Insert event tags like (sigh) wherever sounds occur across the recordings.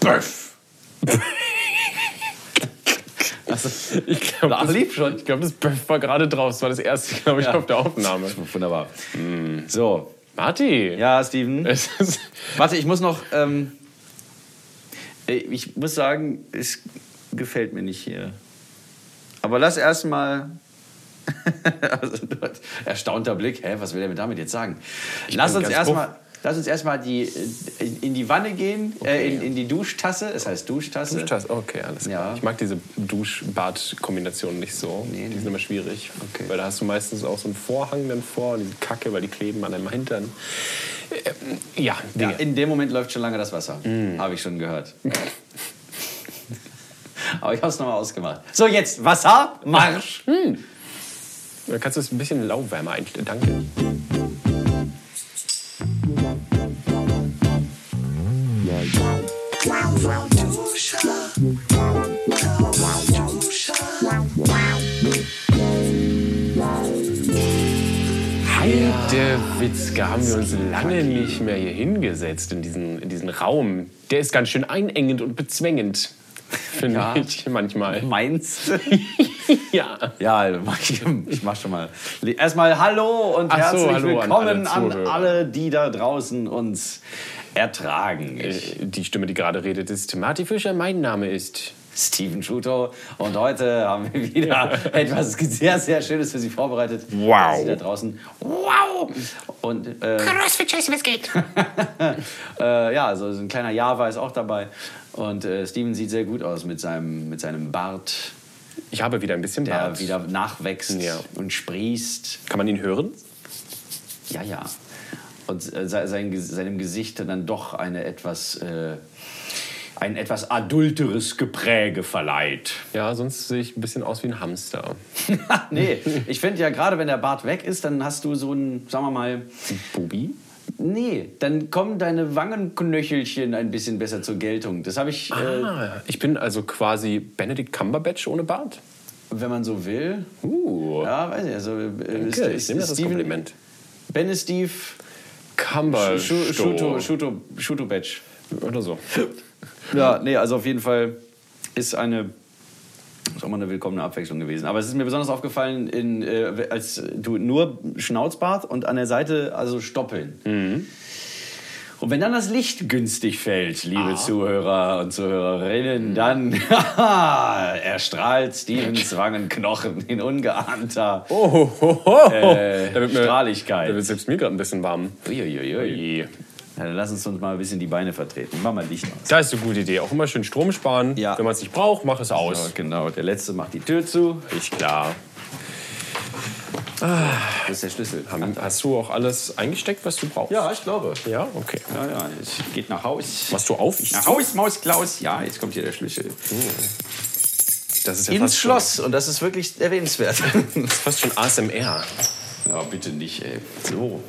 Zwölf. Also, ich glaube, das, lief schon. ich glaub, das Böff war gerade drauf. Das war das erste, glaube ich, Ja. auf der Aufnahme. Wunderbar. So. Marti. Ja, Steven. Es ist, Warte, ich muss noch. Ähm, äh, ich muss sagen, es gefällt mir nicht hier. Aber lass erstmal. (laughs) also, du hast- erstaunter Blick. Hä, was will er mir damit jetzt sagen? Lass bin uns ganz erstmal. Lass uns erstmal die, äh, in, in die Wanne gehen, äh, in, in die Duschtasse. Es heißt Duschtasse. Duschtasse, okay, alles Ja. klar. Ich mag diese Dusch-Bad-Kombination nicht so. Nee, die sind nee. immer schwierig. Okay. Weil da hast du meistens auch so einen Vorhang dann vor und diese Kacke, weil die kleben an deinem Hintern. Ähm, ja, Ja, Dinge. in dem Moment läuft schon lange das Wasser. Mm. Habe ich schon gehört. (laughs) Aber ich habe es nochmal ausgemacht. So, jetzt Wasser, Marsch. Hm. Dann kannst du es ein bisschen lauwärmer einstellen. Danke. Alte Witzke, haben wir uns lange nicht mehr hier hingesetzt in diesen, in diesen Raum. Der ist ganz schön einengend und bezwängend. Finde Ja. ich manchmal. Meinst du? (laughs) Ja. Ja, (laughs) also mach ich, ich mach schon mal. Erstmal Hallo und Ach so, herzlich hallo an alle willkommen an alle, Zuhörer. die da draußen uns ertragen. Äh. Ich, Die Stimme, die gerade redet, ist Marti Fischer. Mein Name ist. Steven Schuto und heute haben wir wieder (laughs) etwas sehr, sehr Schönes für Sie vorbereitet. Wow. Sie da draußen. Wow! Und äh, (laughs) Raus, wie tschüss, was geht. äh, ja, so so ein kleiner Java ist auch dabei. Und äh, Steven sieht sehr gut aus mit seinem, mit seinem Bart, Ich habe wieder ein bisschen der Bart. wieder nachwächst Ja. und sprießt. Kann man ihn hören? Ja, ja. Und äh, se- sein, Ge- seinem Gesicht dann doch eine etwas, äh, ein etwas adulteres Gepräge verleiht. (laughs) Ja, sonst sehe ich ein bisschen aus wie ein Hamster. nee, ich finde ja gerade, wenn der Bart weg ist, dann hast du so ein, sagen wir mal, Bubi? nee, dann kommen deine Wangenknöchelchen ein bisschen besser zur Geltung. Das habe ich, äh, Ah, ich bin also quasi Benedict Cumberbatch ohne Bart. wenn man so will. Uh. Ja, weiß ich, also äh, Danke, Ste- ich nehme das als Steven- Kompliment. Ben ist Steve, Cumber. Schu- Schuto, Schuto, Schuto Batch. Oder so. Ja, nee, also auf jeden Fall ist eine ist auch mal eine willkommene Abwechslung gewesen. Aber es ist mir besonders aufgefallen, in, äh, als du nur Schnauzbart und an der Seite also Stoppeln. Und wenn dann das Licht günstig fällt, liebe Zuhörer und Zuhörerinnen, dann (laughs) erstrahlt Stevens Wangenknochen in ungeahnter Oh, ho, ho, ho. Äh, Da wird mir- Strahligkeit. Da wird selbst mir gerade ein bisschen warm. Uiuiui. Oje. Na, dann lass uns uns mal ein bisschen die Beine vertreten. Mach mal Licht aus. Da ist eine gute Idee. Auch immer schön Strom sparen. Ja. Wenn man es nicht braucht, mach es aus. So, genau, der letzte macht die Tür zu. Ist klar. Das ist der Schlüssel. Haben, Ah, hast du auch alles eingesteckt, was du brauchst? Ja, ich glaube. Ja, okay. Ja, ja, es geht nach Haus. Machst du auf? Ich, Nach Haus, Maus, Klaus. Ja, jetzt kommt hier der Schlüssel. das ist ja Ins fast Schloss. Und das ist wirklich erwähnenswert. Schon, fast schon ASMR. (laughs) ja, bitte nicht, ey. So.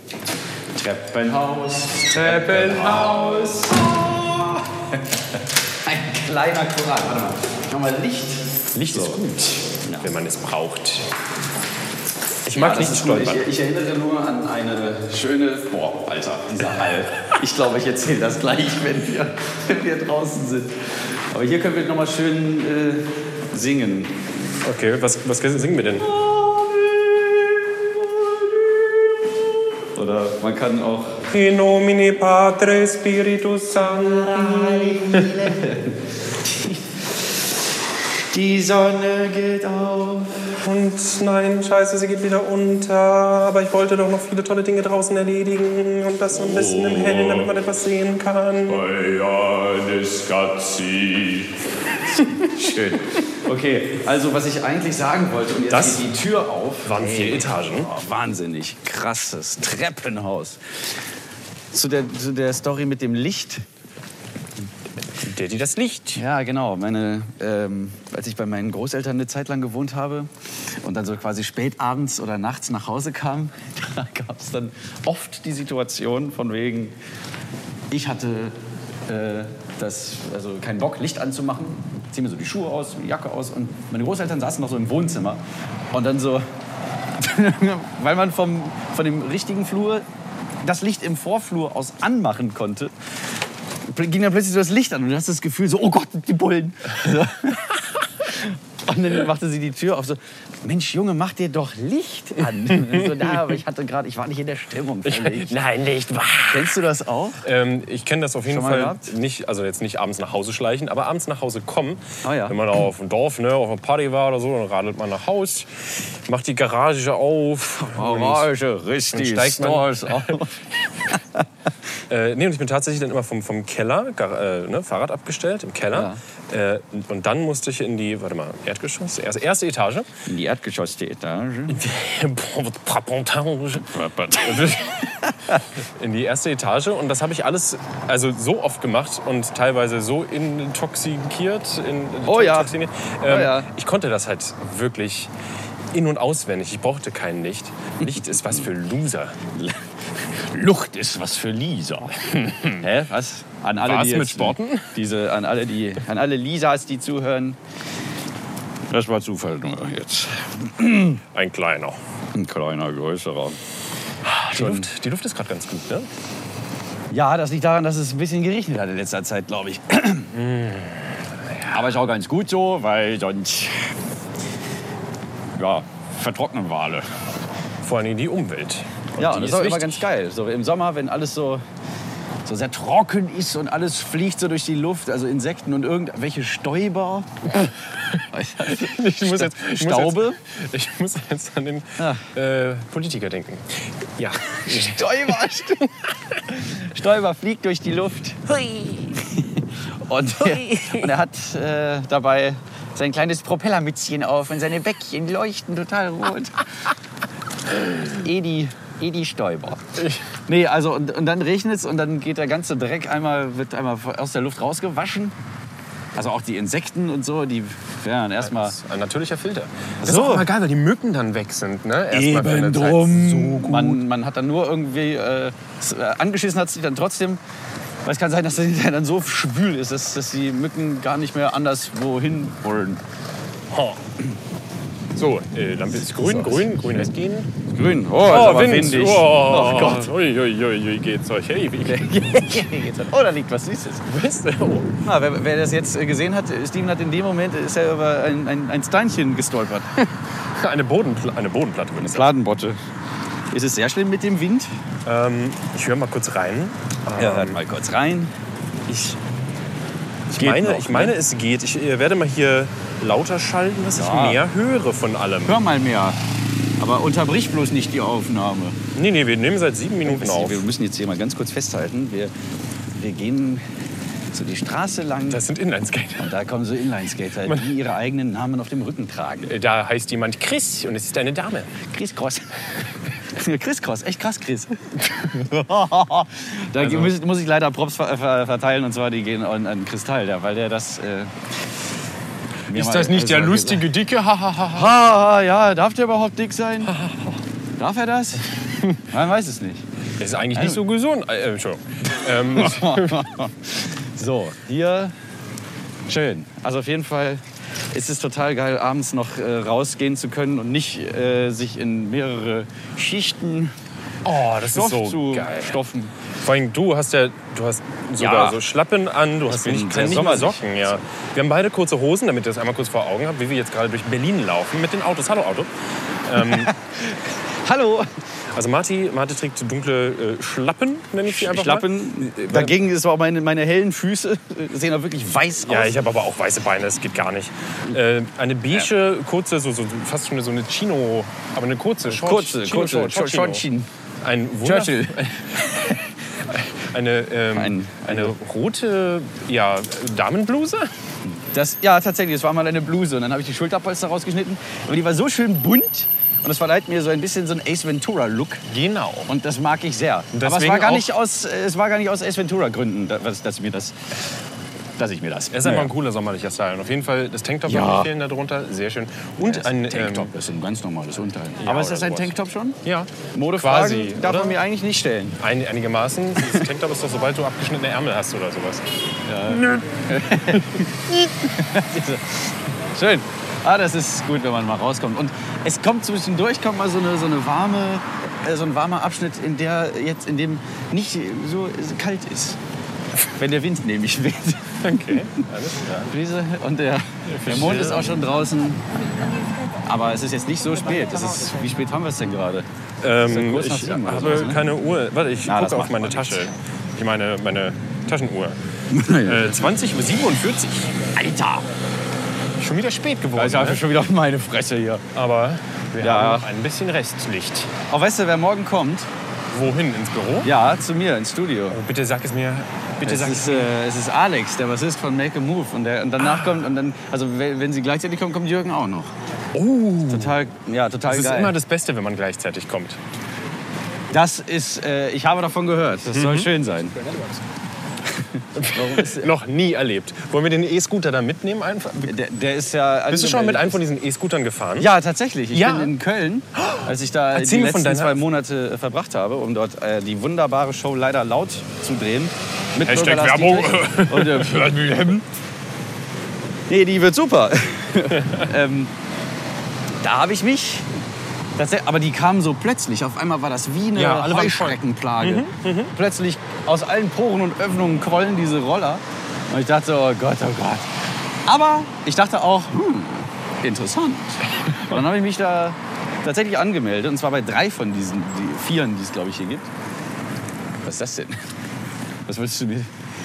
Treppenhaus. Treppenhaus. Ein kleiner Choral. Warte mal. Nochmal Licht. Licht ist gut, wenn man es braucht. Ich mag Das nicht ist gut. Ich, stolpern. ich erinnere nur an eine schöne. Boah, Alter, dieser Hall. Ich glaube, ich erzähle das gleich, wenn wir, wenn wir draußen sind. Aber hier können wir nochmal schön äh, singen. Okay, was, was singen wir denn? Oder man kann auch. In nomine Patris Spiritus Sancti. (laughs) Die Sonne geht auf. Und nein, scheiße, sie geht wieder unter. Aber ich wollte doch noch viele tolle Dinge draußen erledigen. Und das so ein bisschen im Hellen, damit man etwas sehen kann. Schön. Okay, also was ich eigentlich sagen wollte, und jetzt Das geht die Tür auf. waren vier Etagen. Oh, wahnsinnig krasses Treppenhaus. Zu der, zu der Story mit dem Licht. Der, die das Licht. Ja, genau. Meine, ähm, als ich bei meinen Großeltern eine Zeit lang gewohnt habe und dann so quasi spät abends oder nachts nach Hause kam, (laughs) da gab es dann oft die Situation von wegen, ich hatte äh, das, also keinen Bock, Licht anzumachen. Zieh mir so die Schuhe aus, die Jacke aus. Und meine Großeltern saßen noch so im Wohnzimmer. Und dann so, (laughs) weil man vom, von dem richtigen Flur das Licht im Vorflur aus anmachen konnte, ging dann plötzlich so das Licht an und du hast das Gefühl so, oh Gott, die Bullen. (laughs) So. Und dann machte sie die Tür auf so, Mensch, Junge, mach dir doch Licht an. (laughs) Und ich so, na, aber ich hatte gerade, ich war nicht in der Stimmung. (laughs) für Licht." Nein, nicht wahr. Kennst du das auch? Ähm, ich kenne das auf jeden Schon mal Fall gehabt? nicht, also jetzt nicht abends nach Hause schleichen, aber abends nach Hause kommen. Ah, ja. Wenn man auf dem Dorf, ne, auf einer Party war oder so, dann radelt man nach Haus, macht die Garage auf. richtig. steigt man- (laughs) Stores. (laughs) Äh, nee, und ich bin tatsächlich dann immer vom, vom Keller, Gar, äh, ne, Fahrrad abgestellt im Keller. Äh, und dann musste ich in die, warte mal, Erdgeschoss, erste, erste Etage. (laughs) In die Erdgeschoss, die Etage. (laughs) (laughs) in die erste Etage und das habe ich alles also so oft gemacht und teilweise so intoxikiert. In, Oh ja. toxiniert. Oh Ähm, ja. Ich konnte das halt wirklich in- und auswendig. Ich brauchte kein Licht. Licht ist was für Loser. Lucht ist was für (laughs) Lisa. Hä? Was? An alle, War's die mit jetzt- Sporten? Diese, an alle, die, an alle Lisas, die zuhören. Das war Zufall nur jetzt. Ein kleiner. Ein kleiner, größerer. Die Luft, die Luft ist gerade ganz gut, ne? Ja, das liegt daran, dass es ein bisschen geregnet hat in letzter Zeit, glaube ich. (clears throat) Aber ist auch ganz gut so, weil sonst ja, vertrocknen Wale. Vor allem die Umwelt. Und Ja, die und das ist ist auch immer wichtig. ganz geil. So im Sommer, wenn alles so, so sehr trocken ist und alles fliegt so durch die Luft, also Insekten und irgendwelche Stäuber. (laughs) Ich muss jetzt, ich Staube? Muss jetzt, (laughs) ich muss jetzt an den Ah. äh, Politiker denken. (laughs) Ja. Stäuber, (laughs) stimmt. Stäuber fliegt durch die Luft. Und, er- und er hat äh, dabei sein kleines Propellermützchen auf und seine Bäckchen leuchten total (laughs) rot. Edi, Edi Stäuber. Nee, also und, und dann regnet es und dann geht der ganze Dreck einmal, wird einmal aus der Luft rausgewaschen. Also auch die Insekten und so, die werden erstmal. Das ist Ein natürlicher Filter. Das So. ist auch immer geil, weil die Mücken dann weg sind. Ne? Erstmal für halt eine Zeit. So gut. Man, man hat dann nur irgendwie äh, s- äh, angeschissen hat sie dann trotzdem. Weil es kann sein, dass das hinterher dann so schwül ist, dass, dass die Mücken gar nicht mehr anders wohin wollen. Oh. Ha. So, äh, Lampe ist grün, grün, grün lässt gehen. Grün. Oh, Oh, Oh Gott. Gott. Ui, ui, ui, ui, geht's euch. Hey, wie geht's? (laughs) oh, da liegt was Süßes. Oh. Na, wer, wer das jetzt äh, gesehen hat, äh, Steven hat in dem Moment äh, ist er über ein, ein, ein Steinchen gestolpert. Eine, Bodenpla eine Bodenplatte würde ich sagen. Fladenbotte. Ist es sehr schlimm mit dem Wind? Ähm, ich höre mal kurz rein. Ja, hört mal kurz rein. Ich, ich, Geht meine, noch, ne? ich meine, es geht. Ich äh, werde mal hier lauter schalten, dass Ja. ich mehr höre von allem. Hör mal mehr. Aber unterbrich bloß nicht die Aufnahme. Nee, nee, wir nehmen seit sieben Genau. Minuten auf. Wir müssen jetzt hier mal ganz kurz festhalten. Wir, wir gehen so die Straße lang. Das sind Inlineskater. und da kommen so Inlineskater, die ihre eigenen Namen auf dem Rücken tragen. Da heißt jemand Chris und es ist eine Dame. Chris Cross. (laughs) Chris Cross, echt (laughs) krass, Chris. da Also- muss, muss ich leider Props ver ver verteilen und zwar die gehen an, an Kristall, da, weil der das. Äh, mir mal- also gesagt- dicke? Hahaha. Ha, ja, darf der überhaupt (laughs) dick sein? darf er das? Man weiß es nicht. Das ist eigentlich nicht so gesund. Äh, äh, Entschuldigung. Ähm, so, hier. Schön. Also auf jeden Fall ist es total geil, abends noch äh, rausgehen zu können und nicht äh, sich in mehrere Schichten oh, das Stoff ist so zu geil. stoffen. Vor allem du hast ja, du hast sogar Ja. so Schlappen an, du hast bin nicht, sehr kann nicht mal sommerlich. Socken. Ja. Wir haben beide kurze Hosen, damit ihr das einmal kurz vor Augen habt, wie wir jetzt gerade durch Berlin laufen mit den Autos. Hallo Auto. Hallo! Also Marti, Marti trägt dunkle äh, Schlappen, nenne ich sie einfach Schlappen. mal. Äh, Dagegen ist aber meine, meine hellen Füße äh, sehen auch wirklich weiß aus. Ja, ich habe aber auch weiße Beine, das geht gar nicht. Äh, eine beige, kurze, so, so, fast schon so eine Chino, aber eine kurze, Short, kurze, Chino, kurze, Short, Short, Short- Chino. Shortchen. Ein Wunder- Churchill. Eine, ähm, Ein- eine rote ja, Damenbluse? Das, ja, tatsächlich, das war mal eine Bluse. Und dann habe ich die Schulterpolster rausgeschnitten. Aber die war so schön bunt. Und das verleiht mir so ein bisschen so einen Ace Ventura-Look. Genau. Und das mag ich sehr. Und Aber es deswegen war, gar auch- nicht aus, äh, es war gar nicht aus Ace Ventura-Gründen, da- was- dass, mir das- dass ich mir das. Das ist einfach ein cooler sommerlicher Style. Und auf jeden Fall das Tanktop Ja. ja. mit Fehlen darunter, sehr schön. Und ein ähm, das ist ein ganz normales halt. Unterteil. Ja, Aber ist das oder ein sowas. Tanktop schon? ja, Modefragen quasi. darf oder? man mir eigentlich nicht stellen. Ein, einigermaßen. Das Tanktop ist doch, sobald du abgeschnittene Ärmel hast oder sowas. Schön. Ah, das ist gut, wenn man mal rauskommt. Und es kommt zwischendurch, kommt mal so eine, so eine warme, äh, so ein warmer Abschnitt, in der jetzt, in dem nicht so kalt ist. wenn der Wind nämlich weht. Okay, alles klar. Brise und der, der Mond ist auch schon draußen. Aber es ist jetzt nicht so spät. Es ist, wie spät haben wir es denn gerade? Ähm, kurz nach ich sieben oder habe sowas, ne? keine Uhr. Warte, ich Na, das gucke auf macht meine man Tasche. Ich meine, meine Taschenuhr. Äh, 20 Uhr 47. Alter! Schon wieder spät geworden. Ich habe ne? schon wieder auf meine Fresse hier. Aber wir Ja. haben noch ein bisschen Restlicht. Auch Oh, weißt du, wer morgen kommt? Wohin? Ins Büro? Ja, zu mir ins Studio. Bitte sag es mir. Bitte Es sag es ist, äh, es ist Alex, der Bassist von Make a Move. Und, der, und danach kommt, und dann, also we- wenn sie gleichzeitig kommen, kommt Jürgen auch noch. Oh, Total, ja, total das ist geil. immer das Beste, wenn man gleichzeitig kommt. das ist, äh, ich habe davon gehört. Das Mhm. soll schön sein. (laughs) Noch nie erlebt. Wollen wir den E-Scooter da mitnehmen? Einfach? Der, der ist ja. Bist du schon mal mit angemeldet. einem von diesen E-Scootern gefahren? Ja, tatsächlich. Ich Ja. Oh. bin in Köln, als ich da Erzähl die mir von letzten deiner- zwei Monate äh, verbracht habe, um dort äh, die wunderbare Show leider laut zu drehen. Mit Hashtag Bürger Werbung. Lars (laughs) Dietrich. Und, äh, nee, die wird super. (laughs) ähm, da habe ich mich. tatsächlich- Aber die kamen so plötzlich. Auf einmal war das wie eine Ja, alle waren voll. Mhm, Heuschreckenplage. Plötzlich aus allen Poren und Öffnungen quollen diese Roller. Und ich dachte, oh Gott, oh Gott. Aber ich dachte auch, hm, interessant. Und dann habe ich mich da tatsächlich angemeldet. Und zwar bei drei von diesen die Vieren, die es, glaube ich, hier gibt. Was ist das denn? Was willst du mir?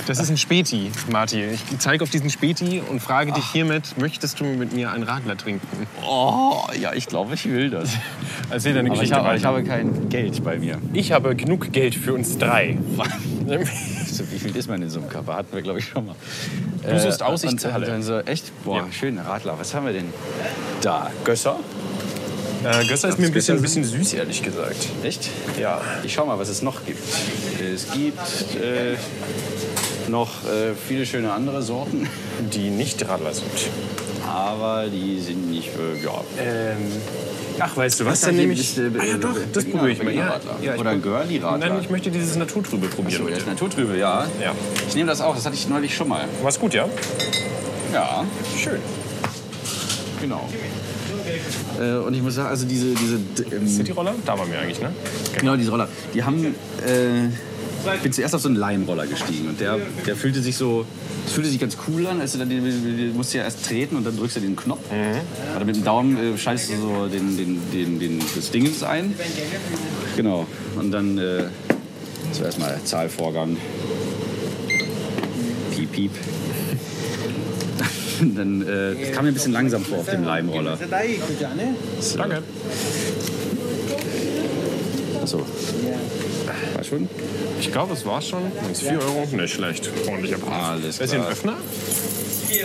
Das ist ein Späti, Marti. Ich zeige auf diesen Späti und frage dich hiermit, möchtest du mit mir einen Radler trinken? Oh, ja, ich glaube, ich will das. Erzähl deine Aber ich Geschichte habe, ich weiter. habe kein Geld bei mir. Ich habe genug Geld für uns drei. (laughs) Äh, So, Wie viel ist man in so einem Körper? Hatten wir, glaube ich, schon mal. Äh, Du suchst aus, ich und, zahle. Und dann so, echt? Boah, Ja. schön, Radler. Was haben wir denn? Da, Gösser. Äh, Gösser ist mir ein bisschen, Gösser ein bisschen süß, ehrlich gesagt. Echt? Ja. Ich schau mal, was es noch gibt. Es gibt äh, noch äh, viele schöne andere Sorten, (laughs) Die nicht Radler sind. aber die sind nicht, äh, ja. Ähm, ach, weißt du was? Ja, Dann hier nehme ich. bist du, Ah, äh, ja, doch, das Berliner- probiere ich mal. Berliner Ja, Radler. ja, ich Oder prob- Girly-Radler. Nein, ich möchte dieses Naturtrübe probieren. So, der ist bitte. naturtrübe, ja. Ja. Ich nehme das auch, das hatte ich neulich schon mal. War's gut, ja? Ja. Schön. Genau. Äh, und ich muss sagen, also diese, diese ähm, Cityroller? Da waren wir eigentlich, ne? genau diese Roller, die haben, äh, ich bin zuerst auf so einen Laienroller gestiegen und der, der fühlte sich so, es fühlte sich ganz cool an, als du dann den, den musst du ja erst treten und dann drückst du den Knopf, oder mit dem Daumen äh, schaltest du so den, den, den, den, das Dingens ein, genau, und dann äh, zuerst mal Zahlvorgang, piep piep. (laughs) Dann äh, das kam mir ein bisschen langsam vor auf dem Leimroller. So. Danke. Achso. War schon? Ich glaube, es war schon. Und 4 Euro? Nicht schlecht. Ordentlicher Preis. Alles Ist hier ein klar. Äh, Öffner?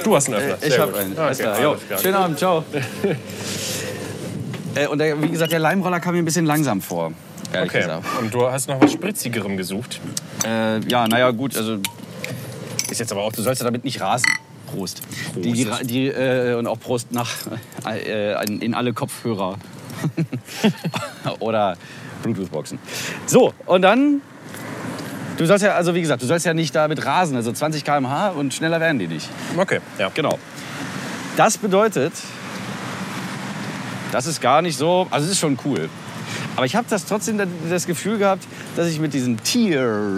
Du hast einen Öffner. Ich Sehr hab gut. einen. Okay, Alles klar. Jo. alles klar. Schönen Abend, ciao. äh, und der, wie gesagt, der Leimroller kam mir ein bisschen langsam vor. Ehrlich Okay. gesagt. Und du hast noch was Spritzigerem gesucht. Äh, ja, naja, gut, also ist jetzt aber auch, du sollst ja damit nicht rasen. Prost. Die, die, Ra- die, äh, und auch Prost nach, äh, an- in alle (laughs) Kopfhörer. Oder Bluetooth-Boxen. So, und dann, du sollst ja, also wie gesagt, du sollst ja nicht damit rasen. Also 20 km/h und schneller werden die nicht. Okay, ja. Genau. Das bedeutet, das ist gar nicht so, also es ist schon cool. Aber ich habe das trotzdem da- das Gefühl gehabt, dass ich mit diesem Tier,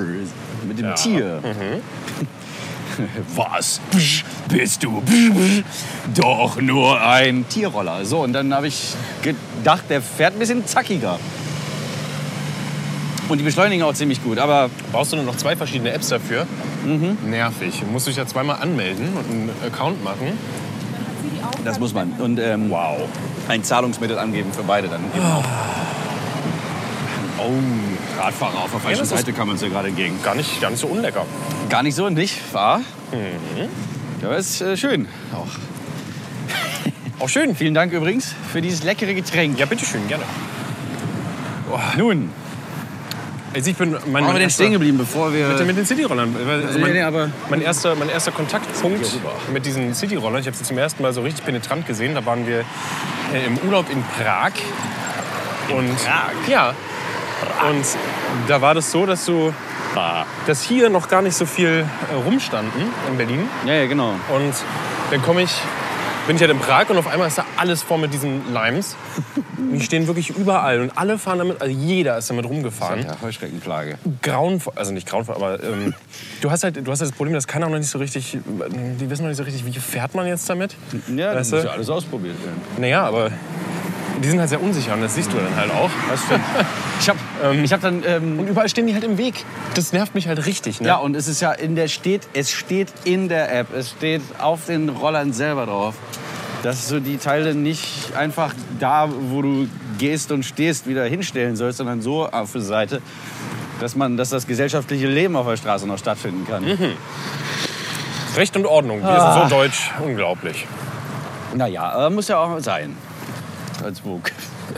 mit dem Tier, Mhm. (laughs) was Psch, bist du? Psch, psch, Doch nur ein Tierroller. So und dann habe ich gedacht, der fährt ein bisschen zackiger. Und die beschleunigen auch ziemlich gut. Aber Brauchst du nur noch zwei verschiedene Apps dafür? Mhm. Nervig. Musst du dich ja zweimal anmelden und einen Account machen. das muss man. Und ähm, wow. ein Zahlungsmittel angeben für beide dann. Oh, Radfahrer auf der Ja, falschen das ist- Seite kam uns ja gerade entgegen. gar nicht, gar nicht so unlecker. Gar nicht so, nicht wahr? Ja, ist äh, schön. Mhm. (laughs) Auch. Auch schön. Vielen Dank übrigens für dieses leckere Getränk. Ja, bitteschön, gerne. Nun, Also ich bin mein, waren mein wir denn erster- stehen geblieben, bevor wir... mit den Cityrollern. Weil, Also Nee, mein, nee, aber- mein, erster, mein erster Kontaktpunkt mit diesen Cityrollern, ich habe sie zum ersten Mal so richtig penetrant gesehen, da waren wir äh, im Urlaub in Prag. und, Prag? Ja. Und da war das so, dass du, dass hier noch gar nicht so viel äh, rumstanden in Berlin. Ja, ja, genau. Und dann komme ich bin ich halt in Prag und auf einmal ist da alles voll mit diesen Limes. Und die stehen wirklich überall und alle fahren damit, also jeder ist damit rumgefahren. Ja, Heuschreckenplage. Grauenvoll, also nicht grauenvoll, aber ähm, du, hast halt, du hast halt das Problem, dass keiner noch nicht so richtig, die wissen noch nicht so richtig, wie fährt man jetzt damit. Ja, das Weißt du? muss ja alles ausprobiert werden. Naja, aber die sind halt sehr unsicher und das siehst du dann halt auch. Das stimmt. Ich habe ich hab dann ähm, (laughs) Und überall stehen die halt im Weg. Das nervt mich halt richtig. Ne? Ja, und es ist ja in der steht, es steht in der App, es steht auf den Rollern selber drauf, dass du die Teile nicht einfach da, wo du gehst und stehst, wieder hinstellen sollst, sondern so auf die Seite, dass man, dass das gesellschaftliche Leben auf der Straße noch stattfinden kann. Recht und Ordnung. Wir Ah. sind so deutsch. Unglaublich. Naja, äh, muss ja auch sein. Als Vogue.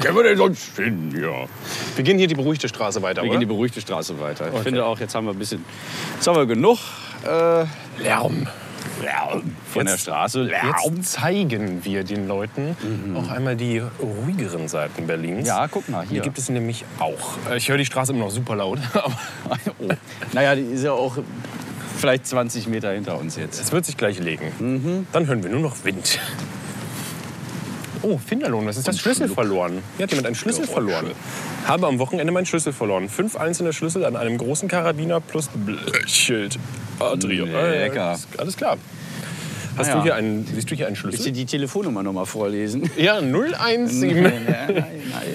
Können wir den sonst finden, ja. Wir gehen hier die beruhigte Straße weiter, Wir oder? gehen die beruhigte Straße weiter. Ich finde auch, jetzt haben wir ein bisschen, jetzt haben wir genug äh, Lärm. Lärm von der Jetzt- Straße. Lärm. Jetzt zeigen wir den Leuten auch einmal die ruhigeren Seiten Berlins. Mhm. Ja, guck mal, Die hier. gibt es nämlich auch. Äh, Ich höre die Straße immer noch super laut. (laughs) aber (laughs) Oh. Naja, die ist ja auch vielleicht 20 Meter hinter uns jetzt. Es wird sich gleich legen. Mhm. Dann hören wir nur noch Wind. Oh, Finderlohn, was ist das? Schlüssel verloren. Hier hat jemand einen Schlüssel verloren. Habe am Wochenende meinen Schlüssel verloren. Fünf einzelne Schlüssel an einem großen Karabiner plus Blechschild. Adria. Lecker. Alles, alles klar. Hast Ah ja. du hier einen, siehst du hier einen Willst du Schlüssel? die Telefonnummer noch mal vorlesen? Ja, (laughs) 017. nein, nein,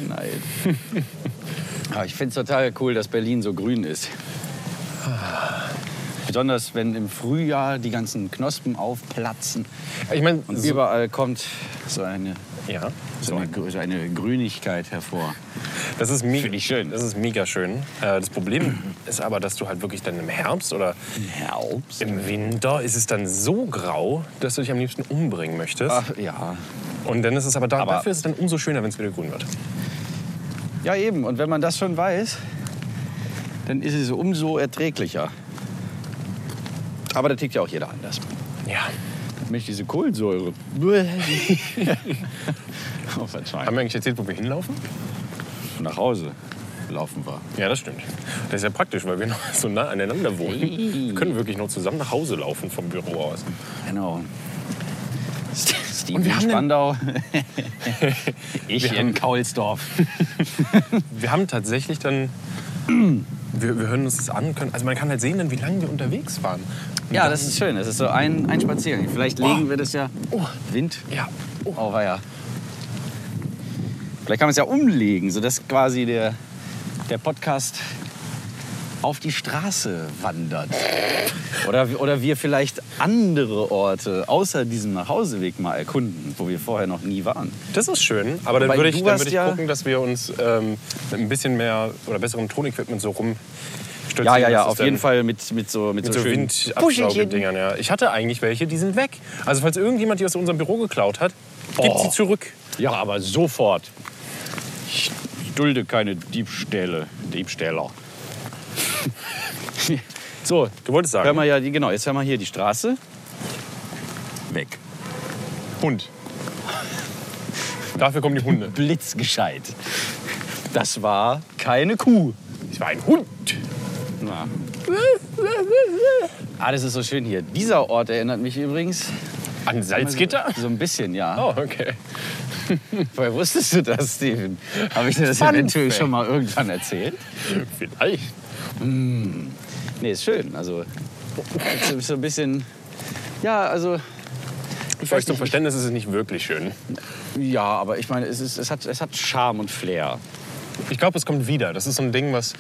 nein. Aber ich finde es total cool, dass Berlin so grün ist. Besonders wenn im Frühjahr die ganzen Knospen aufplatzen Ich meine, und so, überall kommt so eine, ja, so eine, Gr- so eine Grünigkeit hervor. das ist, me Finde ich schön. das ist mega schön. Äh, Das Problem ist aber, dass du halt wirklich dann im Herbst oder Herbst. Im Winter ist es dann so grau, dass du dich am liebsten umbringen möchtest. Ach, ja. Und dann ist es Ah. aber, da, Aber- dafür ist es dann umso schöner, wenn es wieder grün wird. ja, eben. Und wenn man das schon weiß, dann ist es umso erträglicher. Aber da tickt ja auch jeder anders. Ja. Mich diese (laughs) Kohlensäure. oh, Verzeihung. Haben wir eigentlich erzählt, wo wir hinlaufen? Nach Hause laufen wir. Ja, das stimmt. Das ist ja praktisch, weil wir (laughs) noch so nah aneinander wohnen. Wir können wirklich noch zusammen nach Hause laufen vom Büro aus. Genau. Und Steven wir in haben den- (laughs) Spandau. ich in (laughs) Kaulsdorf. Wir haben tatsächlich (clears throat) dann. Wir, wir hören uns das an. Können, also man kann halt sehen, dann, wie lange wir unterwegs waren. Und Ja, dann- das ist schön. Das ist so ein, ein Spaziergang. Vielleicht legen wir das ja. Oh. Wind? Ja. Oh, ja. Vielleicht kann man es ja umlegen, sodass quasi der, der Podcast auf die Straße wandert. Oder, oder wir vielleicht andere Orte außer diesem Nachhauseweg mal erkunden, wo wir vorher noch nie waren. Das ist schön, aber dann Wobei würde ich, du dann hast würde ich ja- gucken, dass wir uns ähm, mit ein bisschen mehr oder besserem Tonequipment so rum Ja, ja, ja, auf jeden Fall mit, mit so mit, Mit so, so schönen Windabsaugedingern, ja. Ich hatte eigentlich welche, die sind weg. Also falls irgendjemand die aus unserem Büro geklaut hat, gibt Oh. sie zurück. Ja, aber sofort. Ich dulde keine Diebstähle, (laughs) Diebstähler. so, Du wolltest sagen, hören wir ja die, genau, jetzt hören wir hier die Straße. Weg. Hund. Dafür kommen die Hunde. (laughs) Blitzgescheit. Das war keine Kuh. Ich war ein (laughs) Hund. Na. Ah, das ist so schön hier. Dieser Ort erinnert mich übrigens. An Salzgitter? So, so ein bisschen, ja. Oh, okay. Woher wusstest du das, Steven? Habe ich dir das Fun eventuell Fact. schon mal irgendwann erzählt? (laughs) Vielleicht. Nee, ist schön. Also, so- so ein bisschen. Ja, also. Für euch zum Verständnis ist es nicht wirklich schön. Ja, aber ich meine, es, ist, es, hat, es hat Charme und Flair. Ich glaube, es kommt wieder. Das ist so ein Ding, was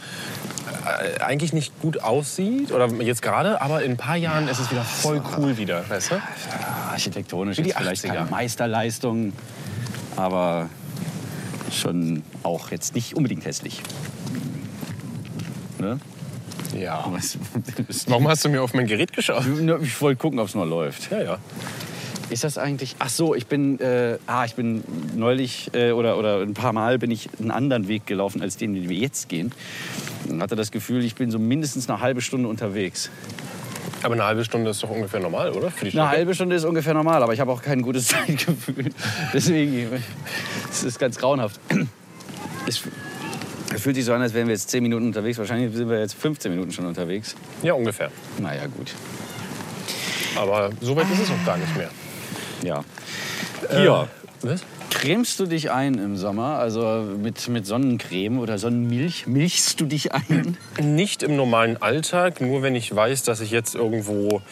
äh, eigentlich nicht gut aussieht, oder jetzt gerade, aber in ein paar Jahren ist es wieder voll cool wieder, weißt du? Ah, Architektonisch Wie die jetzt vielleicht 80er. keine Meisterleistung, aber schon auch jetzt nicht unbedingt hässlich. Ne? Ja. Was- (laughs) Warum hast du mir auf mein Gerät geschaut? Ich wollte gucken, ob es noch läuft. Ja, ja. Ist das eigentlich? Ach so, ich bin, äh, ah, ich bin neulich äh, oder, oder ein paar Mal bin ich einen anderen Weg gelaufen als den, den wir jetzt gehen. Und hatte das Gefühl, ich bin so mindestens eine halbe Stunde unterwegs. Aber eine halbe Stunde ist doch ungefähr normal, oder? Für die Eine Strecke? halbe Stunde ist ungefähr normal, aber ich habe auch kein gutes (laughs) Zeitgefühl. Deswegen, es ist ganz grauenhaft. Es fühlt sich so an, als wären wir jetzt 10 Minuten unterwegs. Wahrscheinlich sind wir jetzt 15 Minuten schon unterwegs. Ja, ungefähr. Naja, gut. Aber so weit ist es auch gar nicht mehr. Ja. Äh, Hier. Was? Cremst du dich ein im Sommer? Also mit, mit Sonnencreme oder Sonnenmilch? Milchst du dich ein? Nicht im normalen Alltag, nur wenn ich weiß, dass ich jetzt irgendwo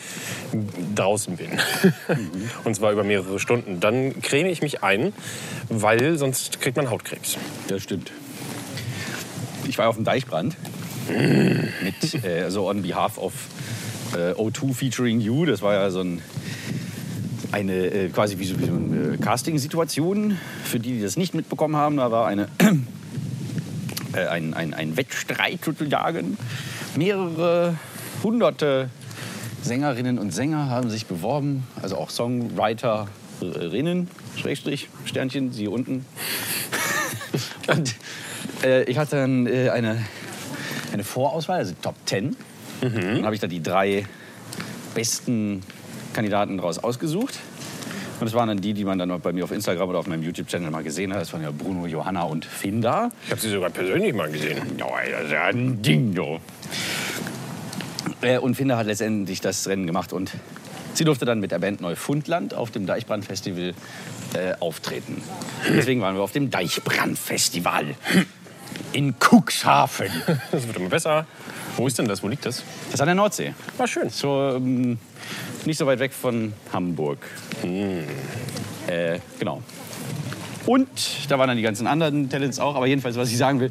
draußen bin. Mhm. (laughs) Und zwar über mehrere Stunden. Dann creme ich mich ein, weil sonst kriegt man Hautkrebs. Das stimmt. Ich war auf dem Deichbrand. mit, äh, also on behalf of äh, O2 featuring you. Das war ja so ein eine äh, quasi wie so, wie so eine äh, Casting-Situation. Für die, die das nicht mitbekommen haben, da war eine, äh, ein, ein, ein Wettstreit sozusagen. Mehrere hunderte Sängerinnen und Sänger haben sich beworben, also auch Songwriterinnen, Schrägstrich, Sternchen, sie unten. und äh, ich hatte dann äh, eine, eine Vorauswahl, also Top 10. Dann habe ich da die drei besten Kandidaten daraus ausgesucht. Und es waren dann die, die man dann auch bei mir auf Instagram oder auf meinem YouTube-Channel mal gesehen hat. Das waren ja Bruno, Johanna und Finn da. Ich habe sie sogar persönlich mal gesehen. (laughs) Ja, das ist ja ein Dingo. Äh, Und Finder hat letztendlich das Rennen gemacht und sie durfte dann mit der Band Neufundland auf dem Deichbrand-Festival äh, auftreten. Deswegen waren wir auf dem Deichbrand-Festival in Cuxhaven. Das wird immer besser. Wo ist denn das? Wo liegt das? Das ist an der Nordsee. War schön. So, ähm, nicht so weit weg von Hamburg. Hm. Äh, genau. Und da waren dann die ganzen anderen Talents auch, aber jedenfalls, was ich sagen will,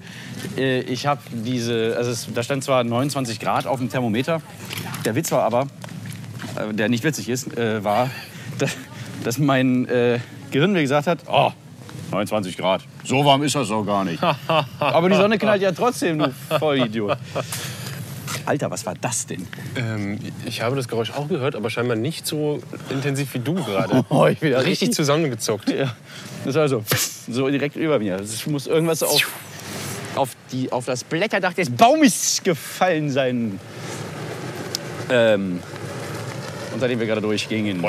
äh, ich habe diese, also es, da stand zwar 29 Grad auf dem Thermometer, der Witz war aber, äh, der nicht witzig ist, äh, war, dass, dass mein äh, Gehirn mir gesagt hat, oh, 29 Grad, so warm ist das doch gar (laughs) nicht. (laughs) aber die Sonne knallt ja trotzdem, du (laughs) Vollidiot. Alter, was war das denn? Ähm, ich habe das Geräusch auch gehört, aber scheinbar nicht so intensiv wie du (laughs) gerade. Oh, ich bin ja Richtig zusammengezuckt. Ja, das war so, so direkt über mir. Es muss irgendwas auf, auf, die, auf das Blätterdach des Baumes gefallen sein. Ähm, unter dem wir gerade durchgingen.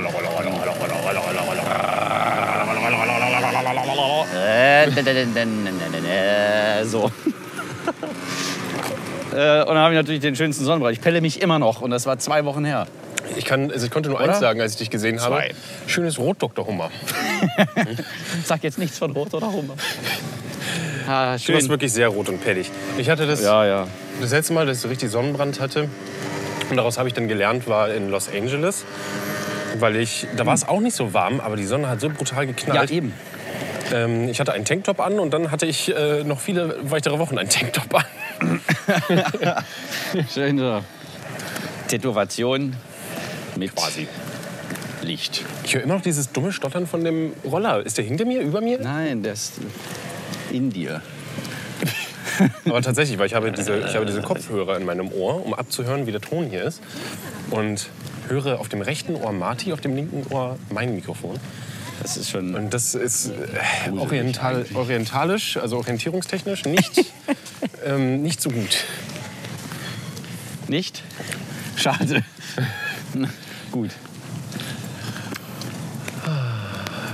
Äh, so. (laughs) Äh, Und dann habe ich natürlich den schönsten Sonnenbrand. Ich pelle mich immer noch und das war zwei Wochen her. Ich, kann, also ich konnte nur Oder? eins sagen, als ich dich gesehen Zwei. habe. Schönes Rot, Dr. Hummer. Sag jetzt nichts von Rot oder Hummer. Ah, Du warst schön. wirklich sehr rot und pellig. Ich hatte das, Ja, ja. das letzte Mal, dass ich richtig Sonnenbrand hatte, und daraus habe ich dann gelernt, war in Los Angeles. Weil ich, da war es auch nicht so warm, aber die Sonne hat so brutal Ja, geknallt. eben. ähm, ich hatte einen Tanktop an und dann hatte ich äh, noch viele weitere Wochen einen Tanktop an. (laughs) Schön so. Tätowation mit quasi Licht. Ich höre immer noch dieses dumme Stottern von dem Roller. Ist der hinter mir, über mir? Nein, das ist in dir. Aber tatsächlich, weil ich habe, diese, ich habe diese Kopfhörer in meinem Ohr, um abzuhören, wie der Ton hier ist. Und höre auf dem rechten Ohr Marti, auf dem linken Ohr mein Mikrofon. (laughs) Das ist schon. Und das ist äh, oriental, orientalisch, also orientierungstechnisch, nicht, ähm, nicht so gut. Nicht? Schade. (laughs) Gut.